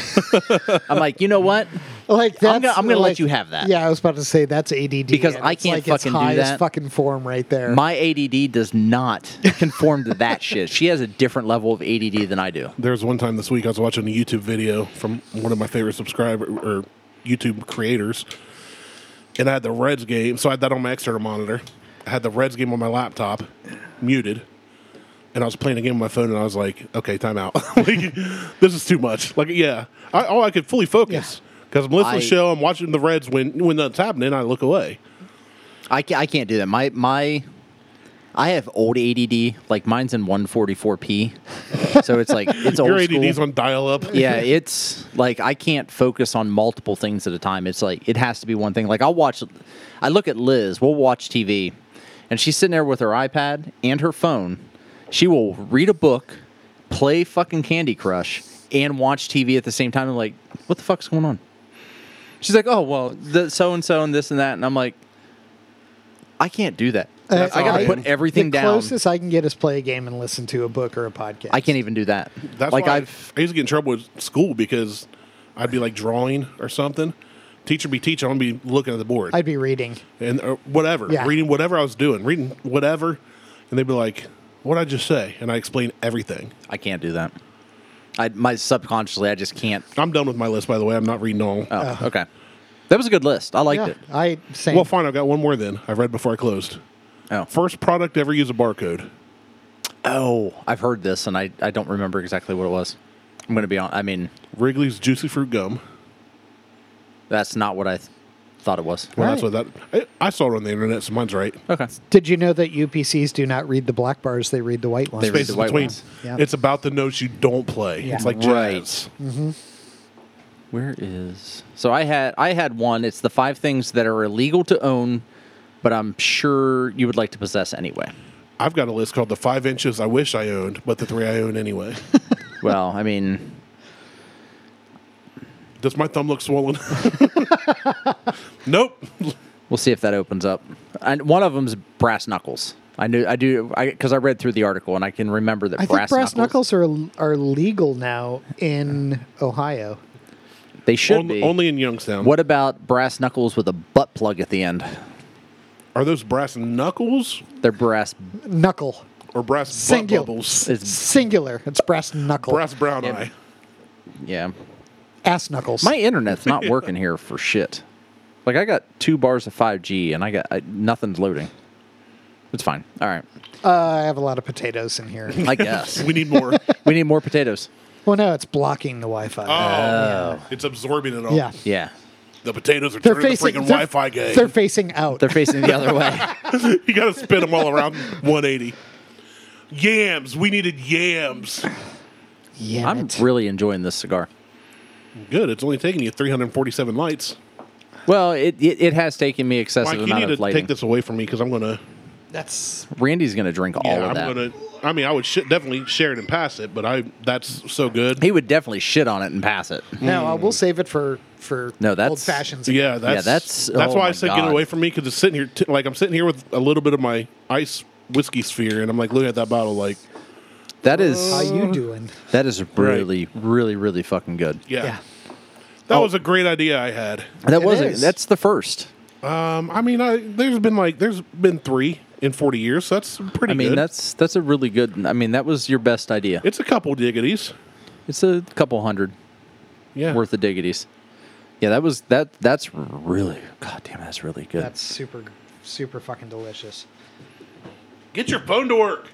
S3: I'm like, you know what?
S2: like
S3: I'm gonna-
S2: that's
S3: I'm gonna let
S2: like-
S3: you have that.
S2: Yeah, I was about to say that's ADD
S3: Because
S2: and
S3: I
S2: it's
S3: can't
S2: like
S3: fucking
S2: it's
S3: do
S2: high
S3: that.
S2: As fucking form right there.
S3: My ADD does not conform to that shit. She has a different level of ADD than I do.
S4: There was one time this week I was watching a YouTube video from one of my favorite subscriber or YouTube creators, and I had the Reds game. So I had that on my external monitor. I had the Reds game on my laptop, muted, and I was playing a game on my phone. And I was like, "Okay, time out. like, this is too much. Like, yeah, I, oh, I could fully focus because I'm listening
S3: I-
S4: to the show. I'm watching the Reds when when that's happening. I look away.
S3: I can't, I can't do that. My my I have old ADD. Like mine's in 144p, so it's like it's old
S4: Your ADD's
S3: school.
S4: on dial up.
S3: yeah, it's like I can't focus on multiple things at a time. It's like it has to be one thing. Like I'll watch, I look at Liz. We'll watch TV, and she's sitting there with her iPad and her phone. She will read a book, play fucking Candy Crush, and watch TV at the same time. I'm like, what the fuck's going on? She's like, oh well, the so and so and this and that, and I'm like, I can't do that.
S2: Uh,
S3: I gotta
S2: I-
S3: put everything
S2: the
S3: down.
S2: closest I can get is play a game and listen to a book or a podcast.
S3: I can't even do that.
S4: That's
S3: like
S4: why
S3: I've
S4: I used to get in trouble with school because I'd be like drawing or something. Teacher be teaching, I'm gonna be looking at the board
S2: I'd be reading.
S4: and or whatever,
S2: Yeah.
S4: reading whatever I was doing, reading whatever, and they'd be like, "What would I just say?" And I explain everything.
S3: I can't do that. I my subconsciously I just can't.
S4: I'm done with my list, by the way. I'm not reading all.
S3: Oh, okay. That was a good list. I liked
S2: Uh. Yeah,
S3: it.
S2: I same.
S4: Well, fine. I've got one more. Then I've read before I closed.
S3: Oh.
S4: First product to ever use a barcode.
S3: Oh, I've heard this and I, I don't remember exactly what it was. I'm gonna be on. I mean,
S4: Wrigley's Juicy Fruit Gum.
S3: that's not what I th- thought it was.
S4: Well, that's what that. I, I saw it on the internet, so mine's right.
S3: Okay.
S2: Did you know that UPCs do not read the black bars; they read the white ones?
S3: They read
S4: Spaces
S3: white
S4: between.
S3: ones.
S2: Yeah.
S4: It's about the notes you don't play.
S2: Yeah.
S4: It's like
S3: Right.
S4: jazz.
S3: Where is? So I had I had one. It's the five things that are illegal to own, but I'm sure you would like to possess anyway.
S4: I've got a list called the five inches I wish I owned, but the three I own anyway.
S3: well, I mean,
S4: Does my thumb look swollen? nope.
S3: We'll see if that opens up. And one of them's brass knuckles. I knew I do because I, read through the article and I can remember that
S2: I
S3: brass,
S2: think brass knuckles, are are legal now in Ohio.
S3: They should
S4: On-
S3: be.
S4: only in Youngstown.
S3: What about brass knuckles with a butt plug at the end?
S4: are those brass knuckles
S3: They're brass.
S2: Knuckle,
S4: or brass butt
S2: Singular.
S4: bubbles?
S3: It's,
S2: singular. It's brass knuckle.
S4: Brass brown
S3: Yeah.
S4: eye.
S3: yeah.
S2: ass knuckles.
S3: My internet's not working here for shit. Like I got two bars of 5G and I got I, nothing's loading. It's fine. All right.
S2: uh, I have a lot of potatoes in here.
S3: I guess
S4: We need more.
S3: we need more potatoes.
S2: well, no, it's blocking the Wi-Fi.
S4: Oh, it's absorbing it all.
S2: yeah,
S3: Yeah.
S4: The potatoes are
S2: they're
S4: turning
S2: facing
S4: Oh. the freaking
S2: they're-
S4: Wi-Fi gay.
S2: They're facing out.
S3: They're facing the other way.
S4: you got to spin them all around 180. Yams. We needed yams.
S2: yeah,
S3: I'm really enjoying this cigar.
S4: Good. It's only taking you 347 lights.
S3: Well, it, it, it has taken me excessive
S4: Mike, you
S3: amount
S4: need to
S3: of lighting.
S4: take this away from me because I'm gonna.
S2: that's
S3: Randy's gonna drink all
S4: Yeah,
S3: of
S4: I'm
S3: that.
S4: gonna. I mean, I would sh- definitely share it and pass it, but I that's so good.
S3: He would definitely shit on it and pass it.
S2: no. I will save it for for
S3: Mm. No, that's-
S2: old fashions.
S4: Yeah, that's
S3: that's-
S4: that's
S3: oh
S4: why
S3: my
S4: I said
S3: God.
S4: get away from me because it's sitting here t- like I'm sitting here with a little bit of my ice whiskey sphere, and I'm like looking at that bottle like
S3: That is
S2: How you doing?
S3: that is really, really, really fucking good.
S4: yeah.
S2: Yeah.
S3: Oh.
S4: That was a great idea I had.
S3: That
S2: It
S3: wasn't.
S2: is.
S3: That's the first.
S4: Um, I mean, I, there's been like there's been three in 40 years. So that's pretty.
S3: I mean,
S4: good.
S3: that's that's a really good. I mean, that was your best idea.
S4: it's a couple diggities.
S3: It's a couple hundred
S4: Yeah,
S3: worth of diggities. Yeah, that was that. That's really. God damn, that's really good.
S2: That's super super fucking delicious.
S1: Get your phone to work.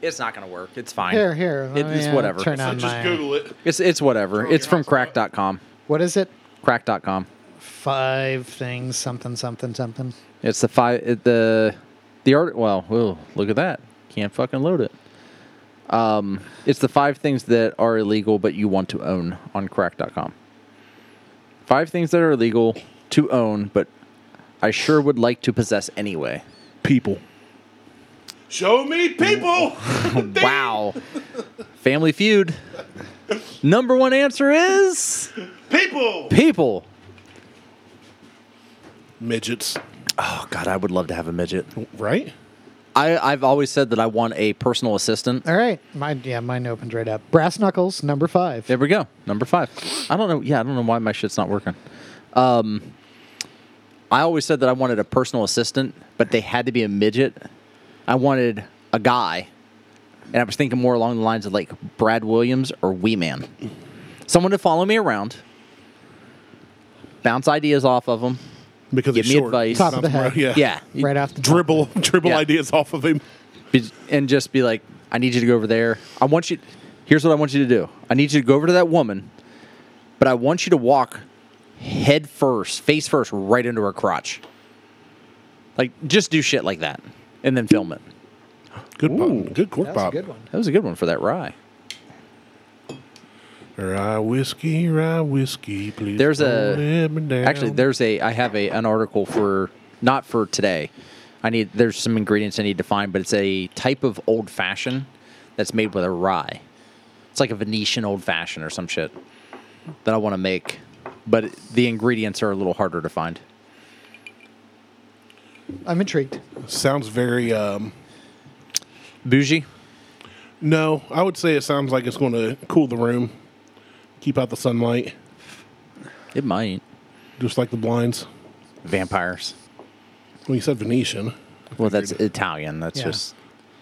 S3: it's not gonna work. It's fine.
S2: Here, here. let
S3: It-
S2: me,
S3: it's
S2: uh,
S3: whatever.
S2: Turn
S3: So
S2: on
S1: Just
S2: my.
S1: Google it.
S3: It's it's whatever.
S1: Throw
S3: It's
S1: your
S3: from
S1: house up.
S3: crack.com.
S2: What is it?
S3: Crack.com.
S2: Five things, something, something, something.
S3: It's the five. It, the the art. Well, whoa, look at that. Can't fucking load it. Um, it's the five things that are illegal but you want to own on crack.com. Five things that are illegal to own, but I sure would like to possess anyway.
S4: people.
S1: Show me people.
S3: Wow. Family feud. Number one answer is
S1: people.
S3: people.
S4: midgets,
S3: Oh God, I would love to have a midget.
S4: right?
S3: I, I've always said that I want a personal assistant.
S2: All right, mine. Yeah, mine opened right up. Brass knuckles, number five.
S3: There we go. Number five. I don't know. Yeah, I don't know why my shit's not working. Um, I always said that I wanted a personal assistant, but they had to be a midget. I wanted a guy, and I was thinking more along the lines of like Brad Williams or Wee Man, someone to follow me around, bounce ideas off of them.
S4: Because
S3: Give
S4: he's
S3: me
S4: short.
S3: advice.
S2: Top of the head.
S4: Yeah.
S3: Yeah,
S2: Right off the top.
S4: Dribble, dribble
S3: Yeah.
S4: ideas off of him.
S3: Be- and just be like, I need you to go over there. I want you. Here's what I want you to do. I need you to go over to that woman, but I want you to walk head first, face first, right into her crotch. Like, just do shit like that, and then film it.
S4: Good,
S3: Ooh.
S4: pop, good cork
S2: That's a
S4: pop.
S2: good one.
S3: That was a good one for that rye.
S4: Rye whiskey, rye whiskey, please.
S3: There's
S4: don't
S3: a-
S4: let me down.
S3: Actually, there's a I have a an article for not for today. I need there's some ingredients I need to find, but it's a type of old fashioned that's made with a rye. It's like a Venetian old fashioned or some shit that I want to make, but the ingredients are a little harder to find.
S2: I'm intrigued.
S4: sounds very. Um,
S3: Bougie.
S4: no, I would say it sounds like it's going to cool the room, keep out the sunlight,
S3: It might.
S4: just like the blinds.
S3: Vampires.
S4: Well, you said Venetian,
S3: Well, that's Italian. That's
S2: Yeah.
S3: just.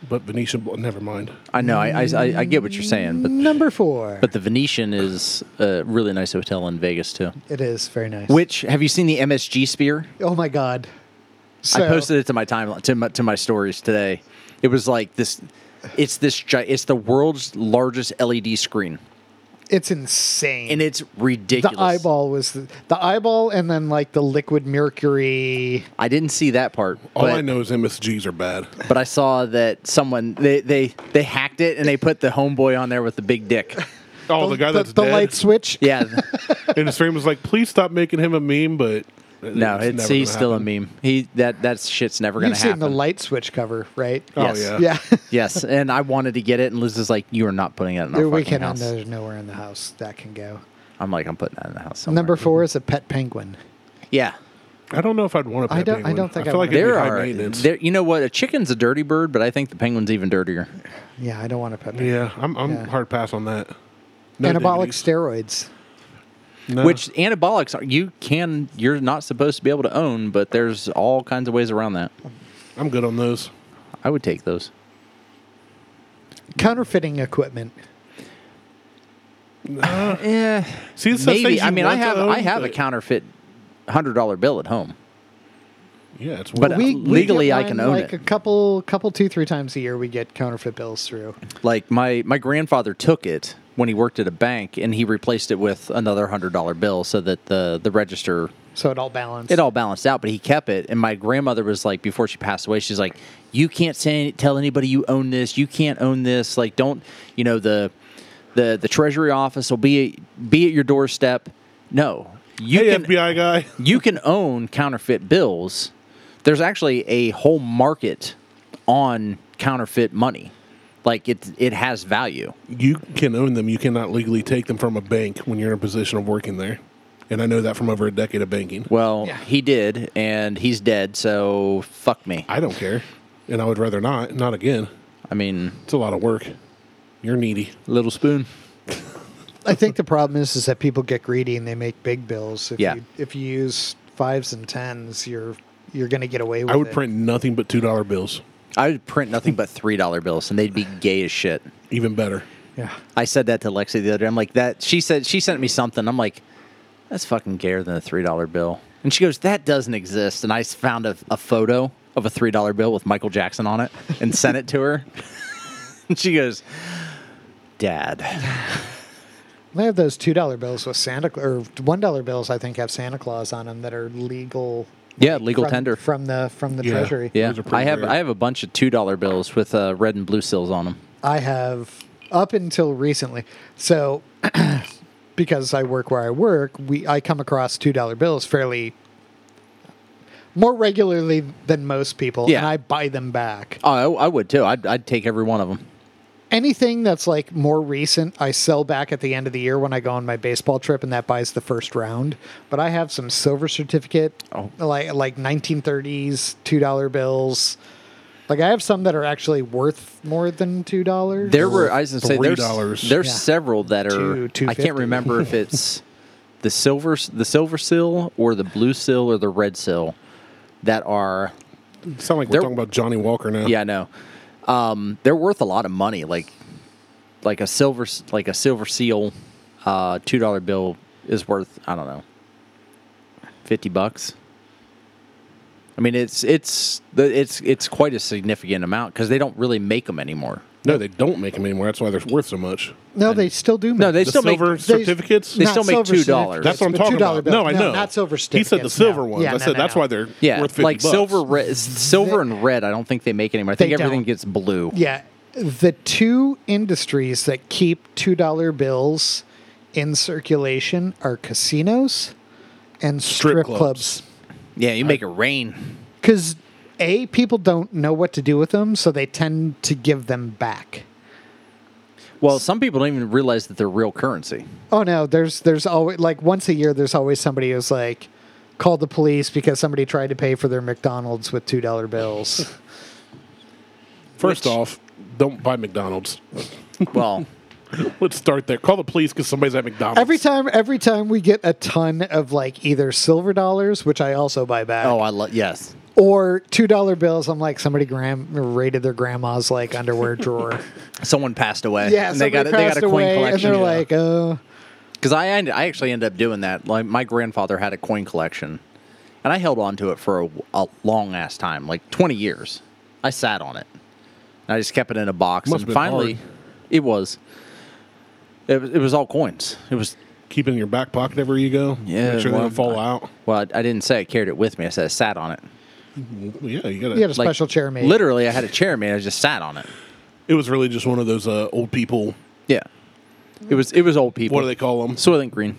S4: but Venetian. bl- Never mind.
S3: I know. I, I I- I get what you're saying, but
S2: Number four.
S3: but the Venetian is a really nice hotel in Vegas too.
S2: it is very nice.
S3: Which have you seen the MSG spear?
S2: oh my god. So,
S3: I posted it to my timeline to my, to my stories today. It was like this. It's this. gi- It's the world's largest LED screen,
S2: It's insane.
S3: and it's
S2: the
S3: ridiculous.
S2: eyeball was the, the eyeball, and then like the liquid mercury.
S3: I didn't see that part,
S4: All
S3: but,
S4: Oh, I know is MSGs are bad.
S3: but I saw that someone they, they they hacked it and they put the homeboy on there with the big dick.
S4: Oh, the, guy that's
S2: the
S4: dead.
S2: light switch.
S3: Yeah,
S4: and his friend was like, "Please stop making him a meme." But
S3: no,
S4: it's
S3: it's,
S4: never
S3: he's
S4: gonna
S3: still
S4: happen.
S3: a meme. He that that shit's never gonna
S2: You've seen
S3: happen.
S2: the light switch cover, right?
S4: Oh
S3: Yes.
S4: yeah,
S2: Yeah.
S3: Yes, and I wanted to get it, and Liz is like, "You are not putting it in our
S2: There we
S3: fucking
S2: can.
S3: house."
S2: There's nowhere in the house that can go.
S3: I'm like, "I'm putting that in the house." somewhere."
S2: Number four is a pet penguin.
S3: yeah,
S4: I don't know if I'd want to.
S2: I don't- I don't think
S4: I
S2: I
S4: feel like
S2: would.
S4: it'd be
S3: there
S4: high
S3: are.
S4: maintenance.
S3: There, you know what? A chicken's a dirty bird, but I think the penguin's even dirtier.
S2: Yeah, I don't want a pet penguin.
S4: Yeah, I'm, I'm
S2: Yeah.
S4: hard pass on that.
S2: Anabolic
S4: dignities.
S2: steroids.
S4: No.
S3: Which anabolics are you can you're not supposed to be able to own, but there's all kinds of ways around that.
S4: I'm good on those.
S3: I would take those.
S2: Counterfeiting equipment.
S3: Uh,
S4: Eh,
S3: Yeah,
S4: See, it's those
S3: maybe.
S4: things
S3: I
S4: you
S3: mean, I
S4: want to
S3: have
S4: own,
S3: I have a
S4: but-
S3: counterfeit hundred dollar bill at home.
S4: Yeah, it's
S3: But uh,
S4: but
S3: we- legally
S2: get
S3: I
S2: mine
S3: can own
S2: like
S3: it.
S2: a couple, couple, two, three times a year. We get counterfeit bills through.
S3: Like my my grandfather took it when he worked at a bank, and he replaced it with another hundred dollar bill so that the the register
S2: So it all balanced.
S3: it all balanced out, but he kept it. And my grandmother was like, before she passed away, she's like, "You can't say, tell anybody you own this. You can't own this. Like, don't you know the the the Treasury office will be be at your doorstep. No, you
S4: hey,
S3: can
S4: FBI guy.
S3: you can own counterfeit bills. There's actually a whole market on counterfeit money. Like it it has value.
S4: You can own them. You cannot legally take them from a bank when you're in a position of working there. And I know that from over a decade of banking.
S3: Well,
S2: Yeah.
S3: he did, and he's dead. So fuck me.
S4: I don't care, and I would rather not. Not again.
S3: I mean,
S4: It's a lot of work. You're needy.
S3: little spoon.
S2: I think the problem is, is that people get greedy and they make big bills. If
S3: Yeah.
S2: You, if you use fives and tens, you're you're going to get away with
S4: I would
S2: it.
S4: print nothing but two dollar bills.
S3: I would print nothing but three dollar bills, and they'd be gay as shit.
S4: Even better.
S2: Yeah.
S3: I said that to Lexi the other day. I'm like, that. She said she sent me something. I'm like, that's fucking gayer than a three dollar bill. And she goes, that doesn't exist. And I s- found a, a photo of a three dollar bill with Michael Jackson on it and sent it to her. and she goes, Dad,
S2: They have those two dollar bills with Santa Cla- or one dollar bills. I think have Santa Claus on them that are legal.
S3: yeah, legal
S2: from,
S3: tender.
S2: from the from the
S4: Yeah.
S2: Treasury.
S3: yeah,
S4: Those are pretty
S3: I have
S4: rare.
S3: I have a bunch of two dollar bills with uh, red and blue seals on them.
S2: I have up until recently. So because I work where I work, we I come across two dollar bills fairly more regularly than most people,
S3: Yeah.
S2: and I buy them back.
S3: Oh, I, I would too. I'd, I'd take every one of them.
S2: Anything that's like more recent, I sell back at the end of the year when I go on my baseball trip, and that buys the first round. But I have some silver certificate,
S3: Oh.
S2: like like 1930s two dollar bills. Like I have some that are actually worth more than two dollars.
S3: There were I was gonna say there's
S4: $3.
S3: there's
S2: Yeah.
S3: several that are
S2: Two- two
S3: I can't
S2: fifty.
S3: remember if it's the silver the silver seal or the blue seal or the red seal that are
S4: Sound like
S3: They're-
S4: we're talking about Johnny Walker now.
S3: yeah I know um, they're worth a lot of money like like a silver s- like a silver seal uh, two dollar bill is worth I don't know fifty bucks. I mean it's it's the- it's it's quite a significant amount because they don't really make them anymore.
S4: No, they don't make them anymore. That's why they're worth so much.
S2: No, they still do. Make
S3: No, they
S4: The
S3: still
S4: silver
S3: make.
S4: certificates.
S3: They
S2: not
S3: still make
S2: silver
S3: $2.
S2: certificates,
S4: that's what I'm
S2: but
S4: talking
S2: $2
S4: about.
S2: bills.
S4: No, I know.
S2: Not silver
S4: He
S2: certificates.
S4: said the silver
S2: no.
S4: ones.
S2: Yeah,
S4: I
S2: no,
S4: said
S2: no,
S4: that's
S2: no.
S4: why they're
S3: Yeah,
S4: worth 50
S3: like
S4: bucks.
S3: silver, re- s- silver and red. I don't think they make anymore. I think
S2: They don't.
S3: everything gets blue.
S2: Yeah, the two industries that keep two dollar bills in circulation are casinos and strip,
S4: clubs.
S2: clubs.
S3: Yeah, you make it rain.
S2: Because a people don't know what to do with them, so they tend to give them back.
S3: Well, some people don't even realize that they're real currency.
S2: Oh no, there's there's always like once a year there's always somebody who's like called the police because somebody tried to pay for their McDonald's with two dollar bills.
S4: First
S3: Which-
S4: off, don't buy McDonald's.
S3: Well,
S4: Let's start there. Call the police because somebody's at McDonald's.
S2: every time every time we get a ton of like either silver dollars, which I also buy back,
S3: oh, I love yes.
S2: or two dollar bills, I'm like somebody gram raided their grandma's like underwear drawer.
S3: Someone passed away.
S2: yeah,
S3: and they got a- they got a coin
S2: away, and
S3: collection.
S2: they're like, oh,
S3: Because I end, I actually ended up doing that. Like my grandfather had a coin collection, and I held on to it for a, a long ass time, like twenty years. I sat on it, and I just kept it in a box.
S4: Must have
S3: and
S4: been
S3: finally,
S4: hard.
S3: it was. It, was- it was all coins. It was
S4: keep it in your back pocket everywhere you go.
S3: Yeah,
S4: make sure they
S3: well,
S4: don't fall out.
S3: well. I, I didn't say I carried it with me. I said I sat on it.
S4: Yeah, you gotta.
S2: you had a special chair made.
S3: Literally, I had a chair made. I just sat on it.
S4: It was really just one of those uh, old people.
S3: Yeah, it was. It was old people.
S4: What do they call them?
S3: Soylent Green.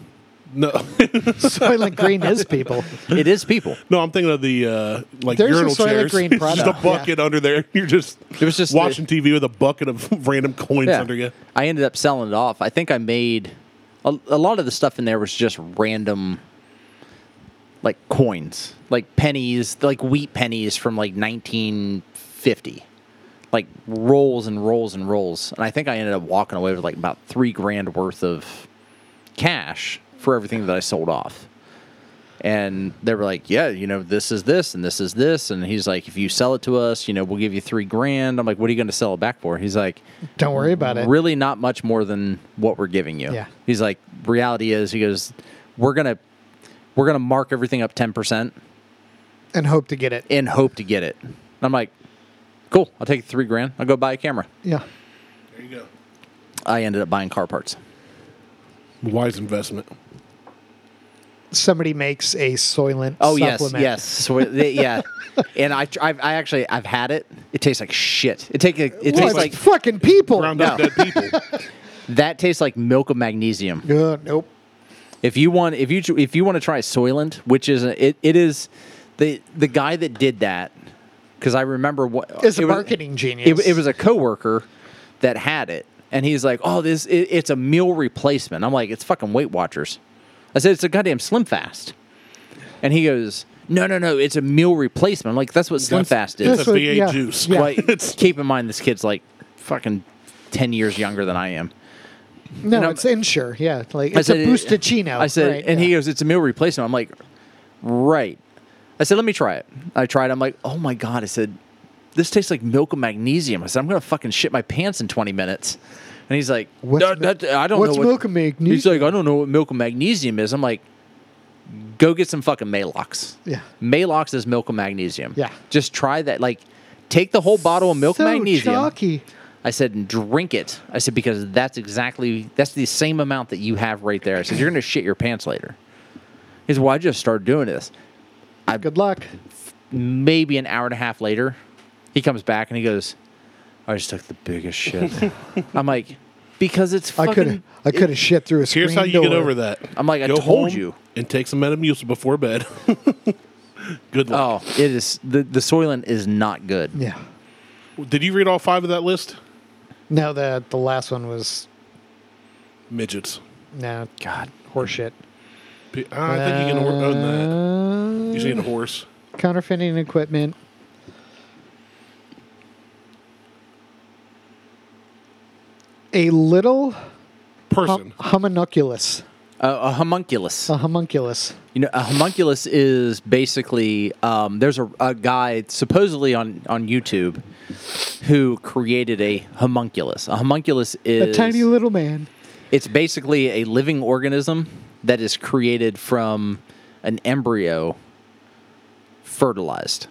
S4: No,
S2: Soylent Green is people.
S3: It is people.
S4: no, I'm thinking of the uh, like
S2: There's a
S4: urinal
S2: Soylent
S4: chairs.
S2: Green
S4: It's just
S2: product,
S4: a bucket under there. You're just
S3: It was just
S4: watching TV with a bucket of random coins
S3: Yeah.
S4: under you.
S3: I ended up selling it off. I think I made a, a lot of the stuff in there was just random, like coins, like pennies, like wheat pennies from like 1950, like rolls and rolls and rolls. And I think I ended up walking away with like about three grand worth of cash for everything that I sold off. And they were like, yeah, you know, this is this and this is this. And he's like, if you sell it to us, you know, we'll give you three grand. I'm like, what are you going to sell it back for? He's like,
S2: Don't worry about it.
S3: Really, not much more than what we're giving you.
S2: Yeah.
S3: He's like, reality is, he goes, we're gonna, we're gonna mark everything up ten percent
S2: and hope to get it.
S3: and hope to get it. And I'm like, cool. I'll take the three grand. I'll go buy a camera.
S2: Yeah.
S1: There you go.
S3: I ended up buying car parts.
S4: Wise investment.
S2: Somebody makes a Soylent.
S3: Oh yes,
S2: supplement.
S3: yes, so, it- they- yeah. and I, tr- I've, I actually, I've had it. It tastes like shit. It take, it
S2: Well,
S3: tastes
S2: it's
S3: like
S2: fucking people.
S4: Ground up
S3: No.
S4: dead people.
S3: that tastes like milk of magnesium.
S2: Uh, nope.
S3: If you want, if you if you want to try Soylent, which is a, it, it is the the guy that did that because I remember what
S2: Is a
S3: it was-
S2: marketing genius.
S3: It, it was a coworker that had it, and he's like, "Oh, this it, it's a meal replacement." I'm like, "It's fucking Weight Watchers." I said, "It's a goddamn Slim Fast," and he goes, "No, no, no, it's a meal replacement." I'm like, "That's what Slim
S4: That's-
S3: Fast is."
S4: It's
S2: That's
S4: a
S2: what-
S4: VA
S2: yeah,
S4: juice.
S2: yeah.
S3: Like, keep in mind, this kid's like fucking ten years younger than I am.
S2: no.
S3: and I'm-
S2: it's insure. Yeah, like it's a Bustachino.
S3: I said,
S2: right,
S3: and
S2: yeah.
S3: he goes, it's a meal replacement. I'm like, right. I said, let me try it. I tried. it. I'm like, oh my god. I said, this tastes like milk and magnesium. I said, I'm gonna fucking shit my pants in 20 minutes. And he's like,
S2: What's
S3: "That-
S2: mi-
S3: that- I don't
S2: what's
S3: know what
S2: milk and magnesium?"
S3: He's like, I don't know what milk and magnesium is. I'm like, go get some fucking Malox.
S2: Yeah.
S3: Malox is milk and magnesium.
S2: Yeah.
S3: Just try that. Like, take the whole bottle of milk
S2: so
S3: and magnesium.
S2: chalky.
S3: I said, and drink it. I said, because that's exactly that's the same amount that you have right there. I said, you're gonna shit your pants later. He said, Well, I just started doing this.
S2: Good luck.
S3: Maybe an hour and a half later, he comes back and he goes, I just took the biggest shit. I'm like, because it's fucking
S2: I could I could have shit through a screen
S4: Here's how you
S2: door.
S4: get over that.
S3: I'm like, I
S4: Go home
S3: told you.
S4: and take some Metamucil before bed. Good luck.
S3: Oh, it is the the Soylent is not good.
S2: Yeah.
S3: Oh.
S4: Did you read all five of that list?
S2: No, the the last one was
S4: Midgets.
S2: no
S3: God.
S2: horseshit.
S4: P- I think you can or- own that. You just need a horse.
S2: Uh, Counterfeiting equipment. A little hum-
S4: Person.
S2: homunculus.
S3: A, a homunculus.
S2: A homunculus.
S3: You know, a homunculus is basically um, there's a, a guy supposedly on on YouTube who created a homunculus. A homunculus is
S2: A tiny little man.
S3: It's basically a living organism that is created from an embryo fertilized.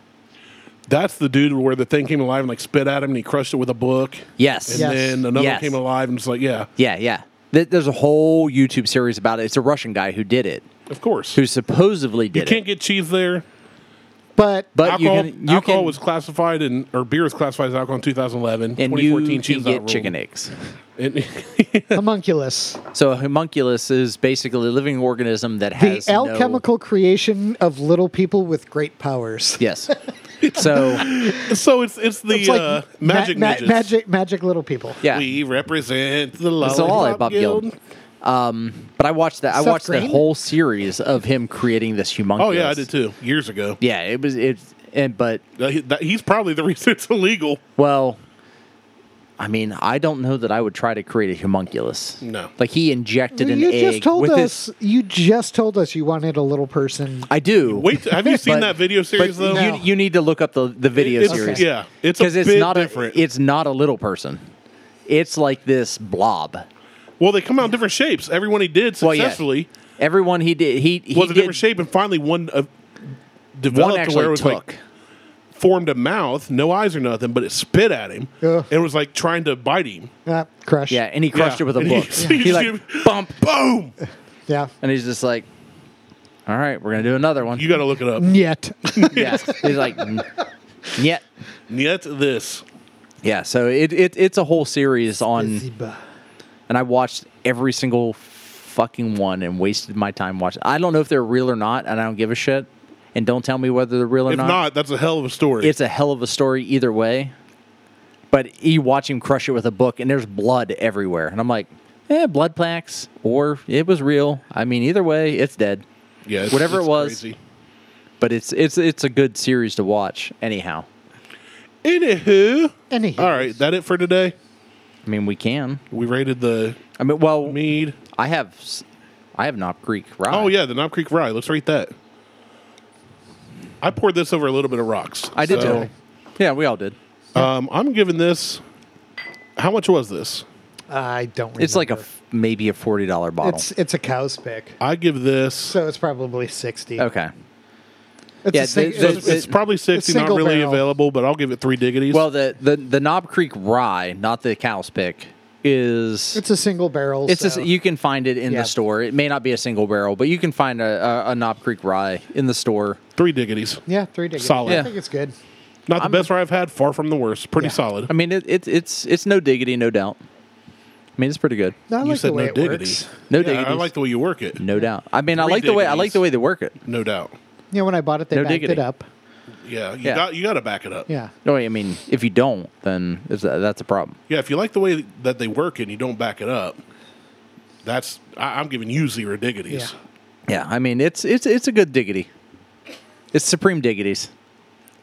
S4: That's the dude where the thing came alive and like spit at him and he crushed it with a book.
S3: Yes.
S4: And
S2: Yes.
S4: then another
S3: Yes.
S4: came alive and it's like, yeah,
S3: Yeah, yeah. Th- There's a whole YouTube series about it. It's a Russian guy who did it,
S4: of course.
S3: who supposedly
S4: you
S3: did
S4: can't
S3: it.
S4: get cheese there.
S2: But,
S3: But
S4: alcohol
S3: Uh, you can, you
S4: alcohol
S3: can,
S4: was classified and or beer was classified as alcohol in 2011.
S3: and
S4: 2014
S3: you
S4: cheese
S3: can
S4: is
S3: get
S4: outruled.
S3: chicken eggs.
S4: And-
S2: homunculus,
S3: So a homunculus is basically a living organism that
S2: the
S3: has no-
S2: alchemical creation of little people with great powers.
S3: Yes. so
S4: so it's it's the
S2: It's like
S4: uh,
S2: ma-
S4: magic
S2: ma-
S4: midgets.
S2: magic, magic little people.
S3: yeah,
S4: We represent the lollipop,
S3: it's the Lollipop Guild. Um, but I watched that. I
S2: Seth
S3: watched the
S2: Green?
S3: whole series of him creating this homunculus.
S4: Oh yeah, I did too years ago.
S3: Yeah, it was it. And but
S4: Uh, he- that- he's probably the reason it's illegal.
S3: Well, I mean, I don't know that I would try to create a homunculus.
S4: No.
S3: Like he injected an
S2: you
S3: egg
S2: just told
S3: with
S2: us.
S3: this.
S2: You just told us you wanted a little person.
S3: I do.
S4: Wait, have you seen
S3: But-
S4: that video series
S3: but
S4: though?
S3: you, you need to look up the, the video
S4: It's-
S3: series.
S4: Yeah, it's a
S3: Because
S4: bit
S3: it's, not
S4: different.
S3: a it's not a little person. It's like this blob.
S4: well, they come out in different shapes. Everyone he did
S3: Well, yeah.
S4: successfully
S3: Everyone he did he, he
S4: was a
S3: did,
S4: different shape, and finally one uh,
S3: One
S4: developed to where it
S3: actually
S4: was
S3: took.
S4: like formed a mouth, no eyes or nothing, but it spit at him.
S2: Ugh.
S4: and was like trying to bite him.
S2: Ah, crush.
S3: yeah, and he crushed
S4: Yeah.
S3: it with a
S4: And he-
S3: book.
S4: he
S3: He,
S4: just
S3: like
S4: gave-
S3: bump,
S4: Boom!
S2: Yeah.
S3: and he's just like, "All right, we're gonna do another one."
S4: You got to look it up.
S2: Yet.
S3: yeah, he's like, "Mm, "Yeah,
S4: Yet this.
S3: yeah." So it, it it's a whole series on
S2: Ziba.
S3: and I watched every single fucking one and wasted my time watching. I don't know if they're real or not, and I don't give a shit. And don't tell me whether they're real or
S4: If
S3: not.
S4: not, that's a hell of a story.
S3: It's a hell of a story either way. But you watch him crush it with a book, and there's blood everywhere, and I'm like, eh, blood plaques, or it was real. I mean, either way, it's dead.
S4: yeah, it's-
S3: whatever it
S4: it's
S3: was.
S4: crazy.
S3: But it's it's it's a good series to watch. Anyhow,
S4: Anywho,
S2: Anywho.
S4: all right, that it for today.
S3: I mean, we can.
S4: We rated the
S3: I mean, well,
S4: mead.
S3: I have s- I have Knob Creek. Rye.
S4: Oh yeah, the Knob Creek Rye. Let's rate that. I poured this over a little bit of rocks.
S3: I did
S4: so,
S3: too. Yeah, we all did.
S4: Um, I'm giving this. How much was this?
S2: I don't. Remember.
S3: It's like a f- maybe a forty dollar bottle.
S2: It's it's a cow's pick,
S4: I give this.
S2: so it's probably sixty.
S3: okay.
S2: It's
S3: Yeah,
S2: a sing-
S3: the- the-
S2: it's-
S4: It's, it's probably sixty, not
S2: single
S4: really
S2: barrel.
S4: available, but I'll give it three diggities.
S3: Well, the the the Knob Creek Rye, not the Cow's Pick, is
S2: it's a single barrel.
S3: it's a,
S2: so-
S3: you can find it in
S2: Yeah.
S3: the store. It may not be a single barrel, but you can find a, a, a Knob Creek Rye in the store.
S4: three diggities.
S2: yeah three digits.
S4: Solid.
S3: Yeah.
S2: I think it's good.
S4: Not the best rye I've had. Far from the worst. Pretty
S2: Yeah.
S4: solid.
S3: I mean, it, it it's it's no diggity, no doubt. I mean, it's pretty good,
S2: I
S4: you
S2: like
S4: said
S2: the way
S4: no
S2: it
S4: diggities.
S2: works.
S3: No
S4: Yeah, I
S3: diggities.
S4: like the way you work it.
S3: no doubt. I mean, I
S4: Three
S3: like the way I like the
S4: diggities.
S3: way they work it.
S4: No doubt.
S2: You know, when I bought it, they
S3: No
S2: backed
S3: diggity.
S2: it up.
S4: Yeah, you
S3: Yeah.
S4: got you got to back it up.
S2: Yeah.
S3: No, Oh, I mean, if you don't, then is that, that's a problem.
S4: Yeah, if you like the way that they work and you don't back it up, that's I, I'm giving you zero diggities.
S2: Yeah.
S3: Yeah, I mean it's it's it's a good diggity. It's supreme diggities.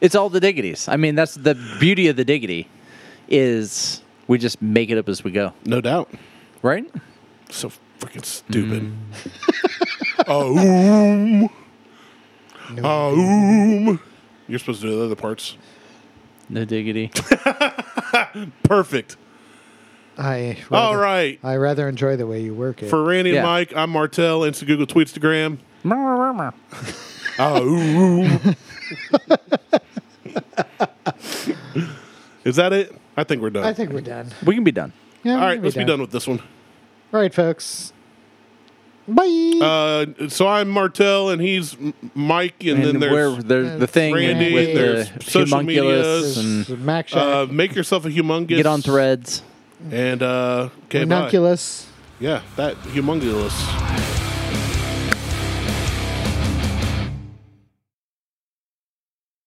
S3: It's all the diggities. I mean that's the beauty of the diggity is we just make it up as we go,
S4: No doubt.
S3: right?
S4: So freaking stupid.
S2: Mm.
S4: Aum. Aum. You're supposed to do the other parts.
S3: No diggity.
S4: Perfect.
S2: I rather,
S4: All right.
S2: I rather enjoy the way you work it.
S4: For Randy
S3: Yeah.
S4: and Mike, I'm Martell. Insta Google Tweetstagram.
S3: All
S4: Aum. Is that it? I think we're done.
S2: I think we're done.
S3: we can be done.
S2: Yeah,
S4: All
S2: we're
S4: right,
S2: gonna
S4: let's be done with this one.
S2: All right, folks. Bye.
S4: Uh, so I'm Martell, and he's M- Mike, and,
S3: And,
S4: then
S3: where
S4: there's
S3: there's the thing
S4: Randy,
S3: with
S4: there's
S3: the
S4: social
S3: homunculus
S4: medias,
S2: This
S3: and
S2: is Mac Shack,
S4: uh, make yourself a humongous.
S3: get on threads.
S4: And uh, okay, bye.
S2: Ranunculus.
S4: Yeah, that humongous.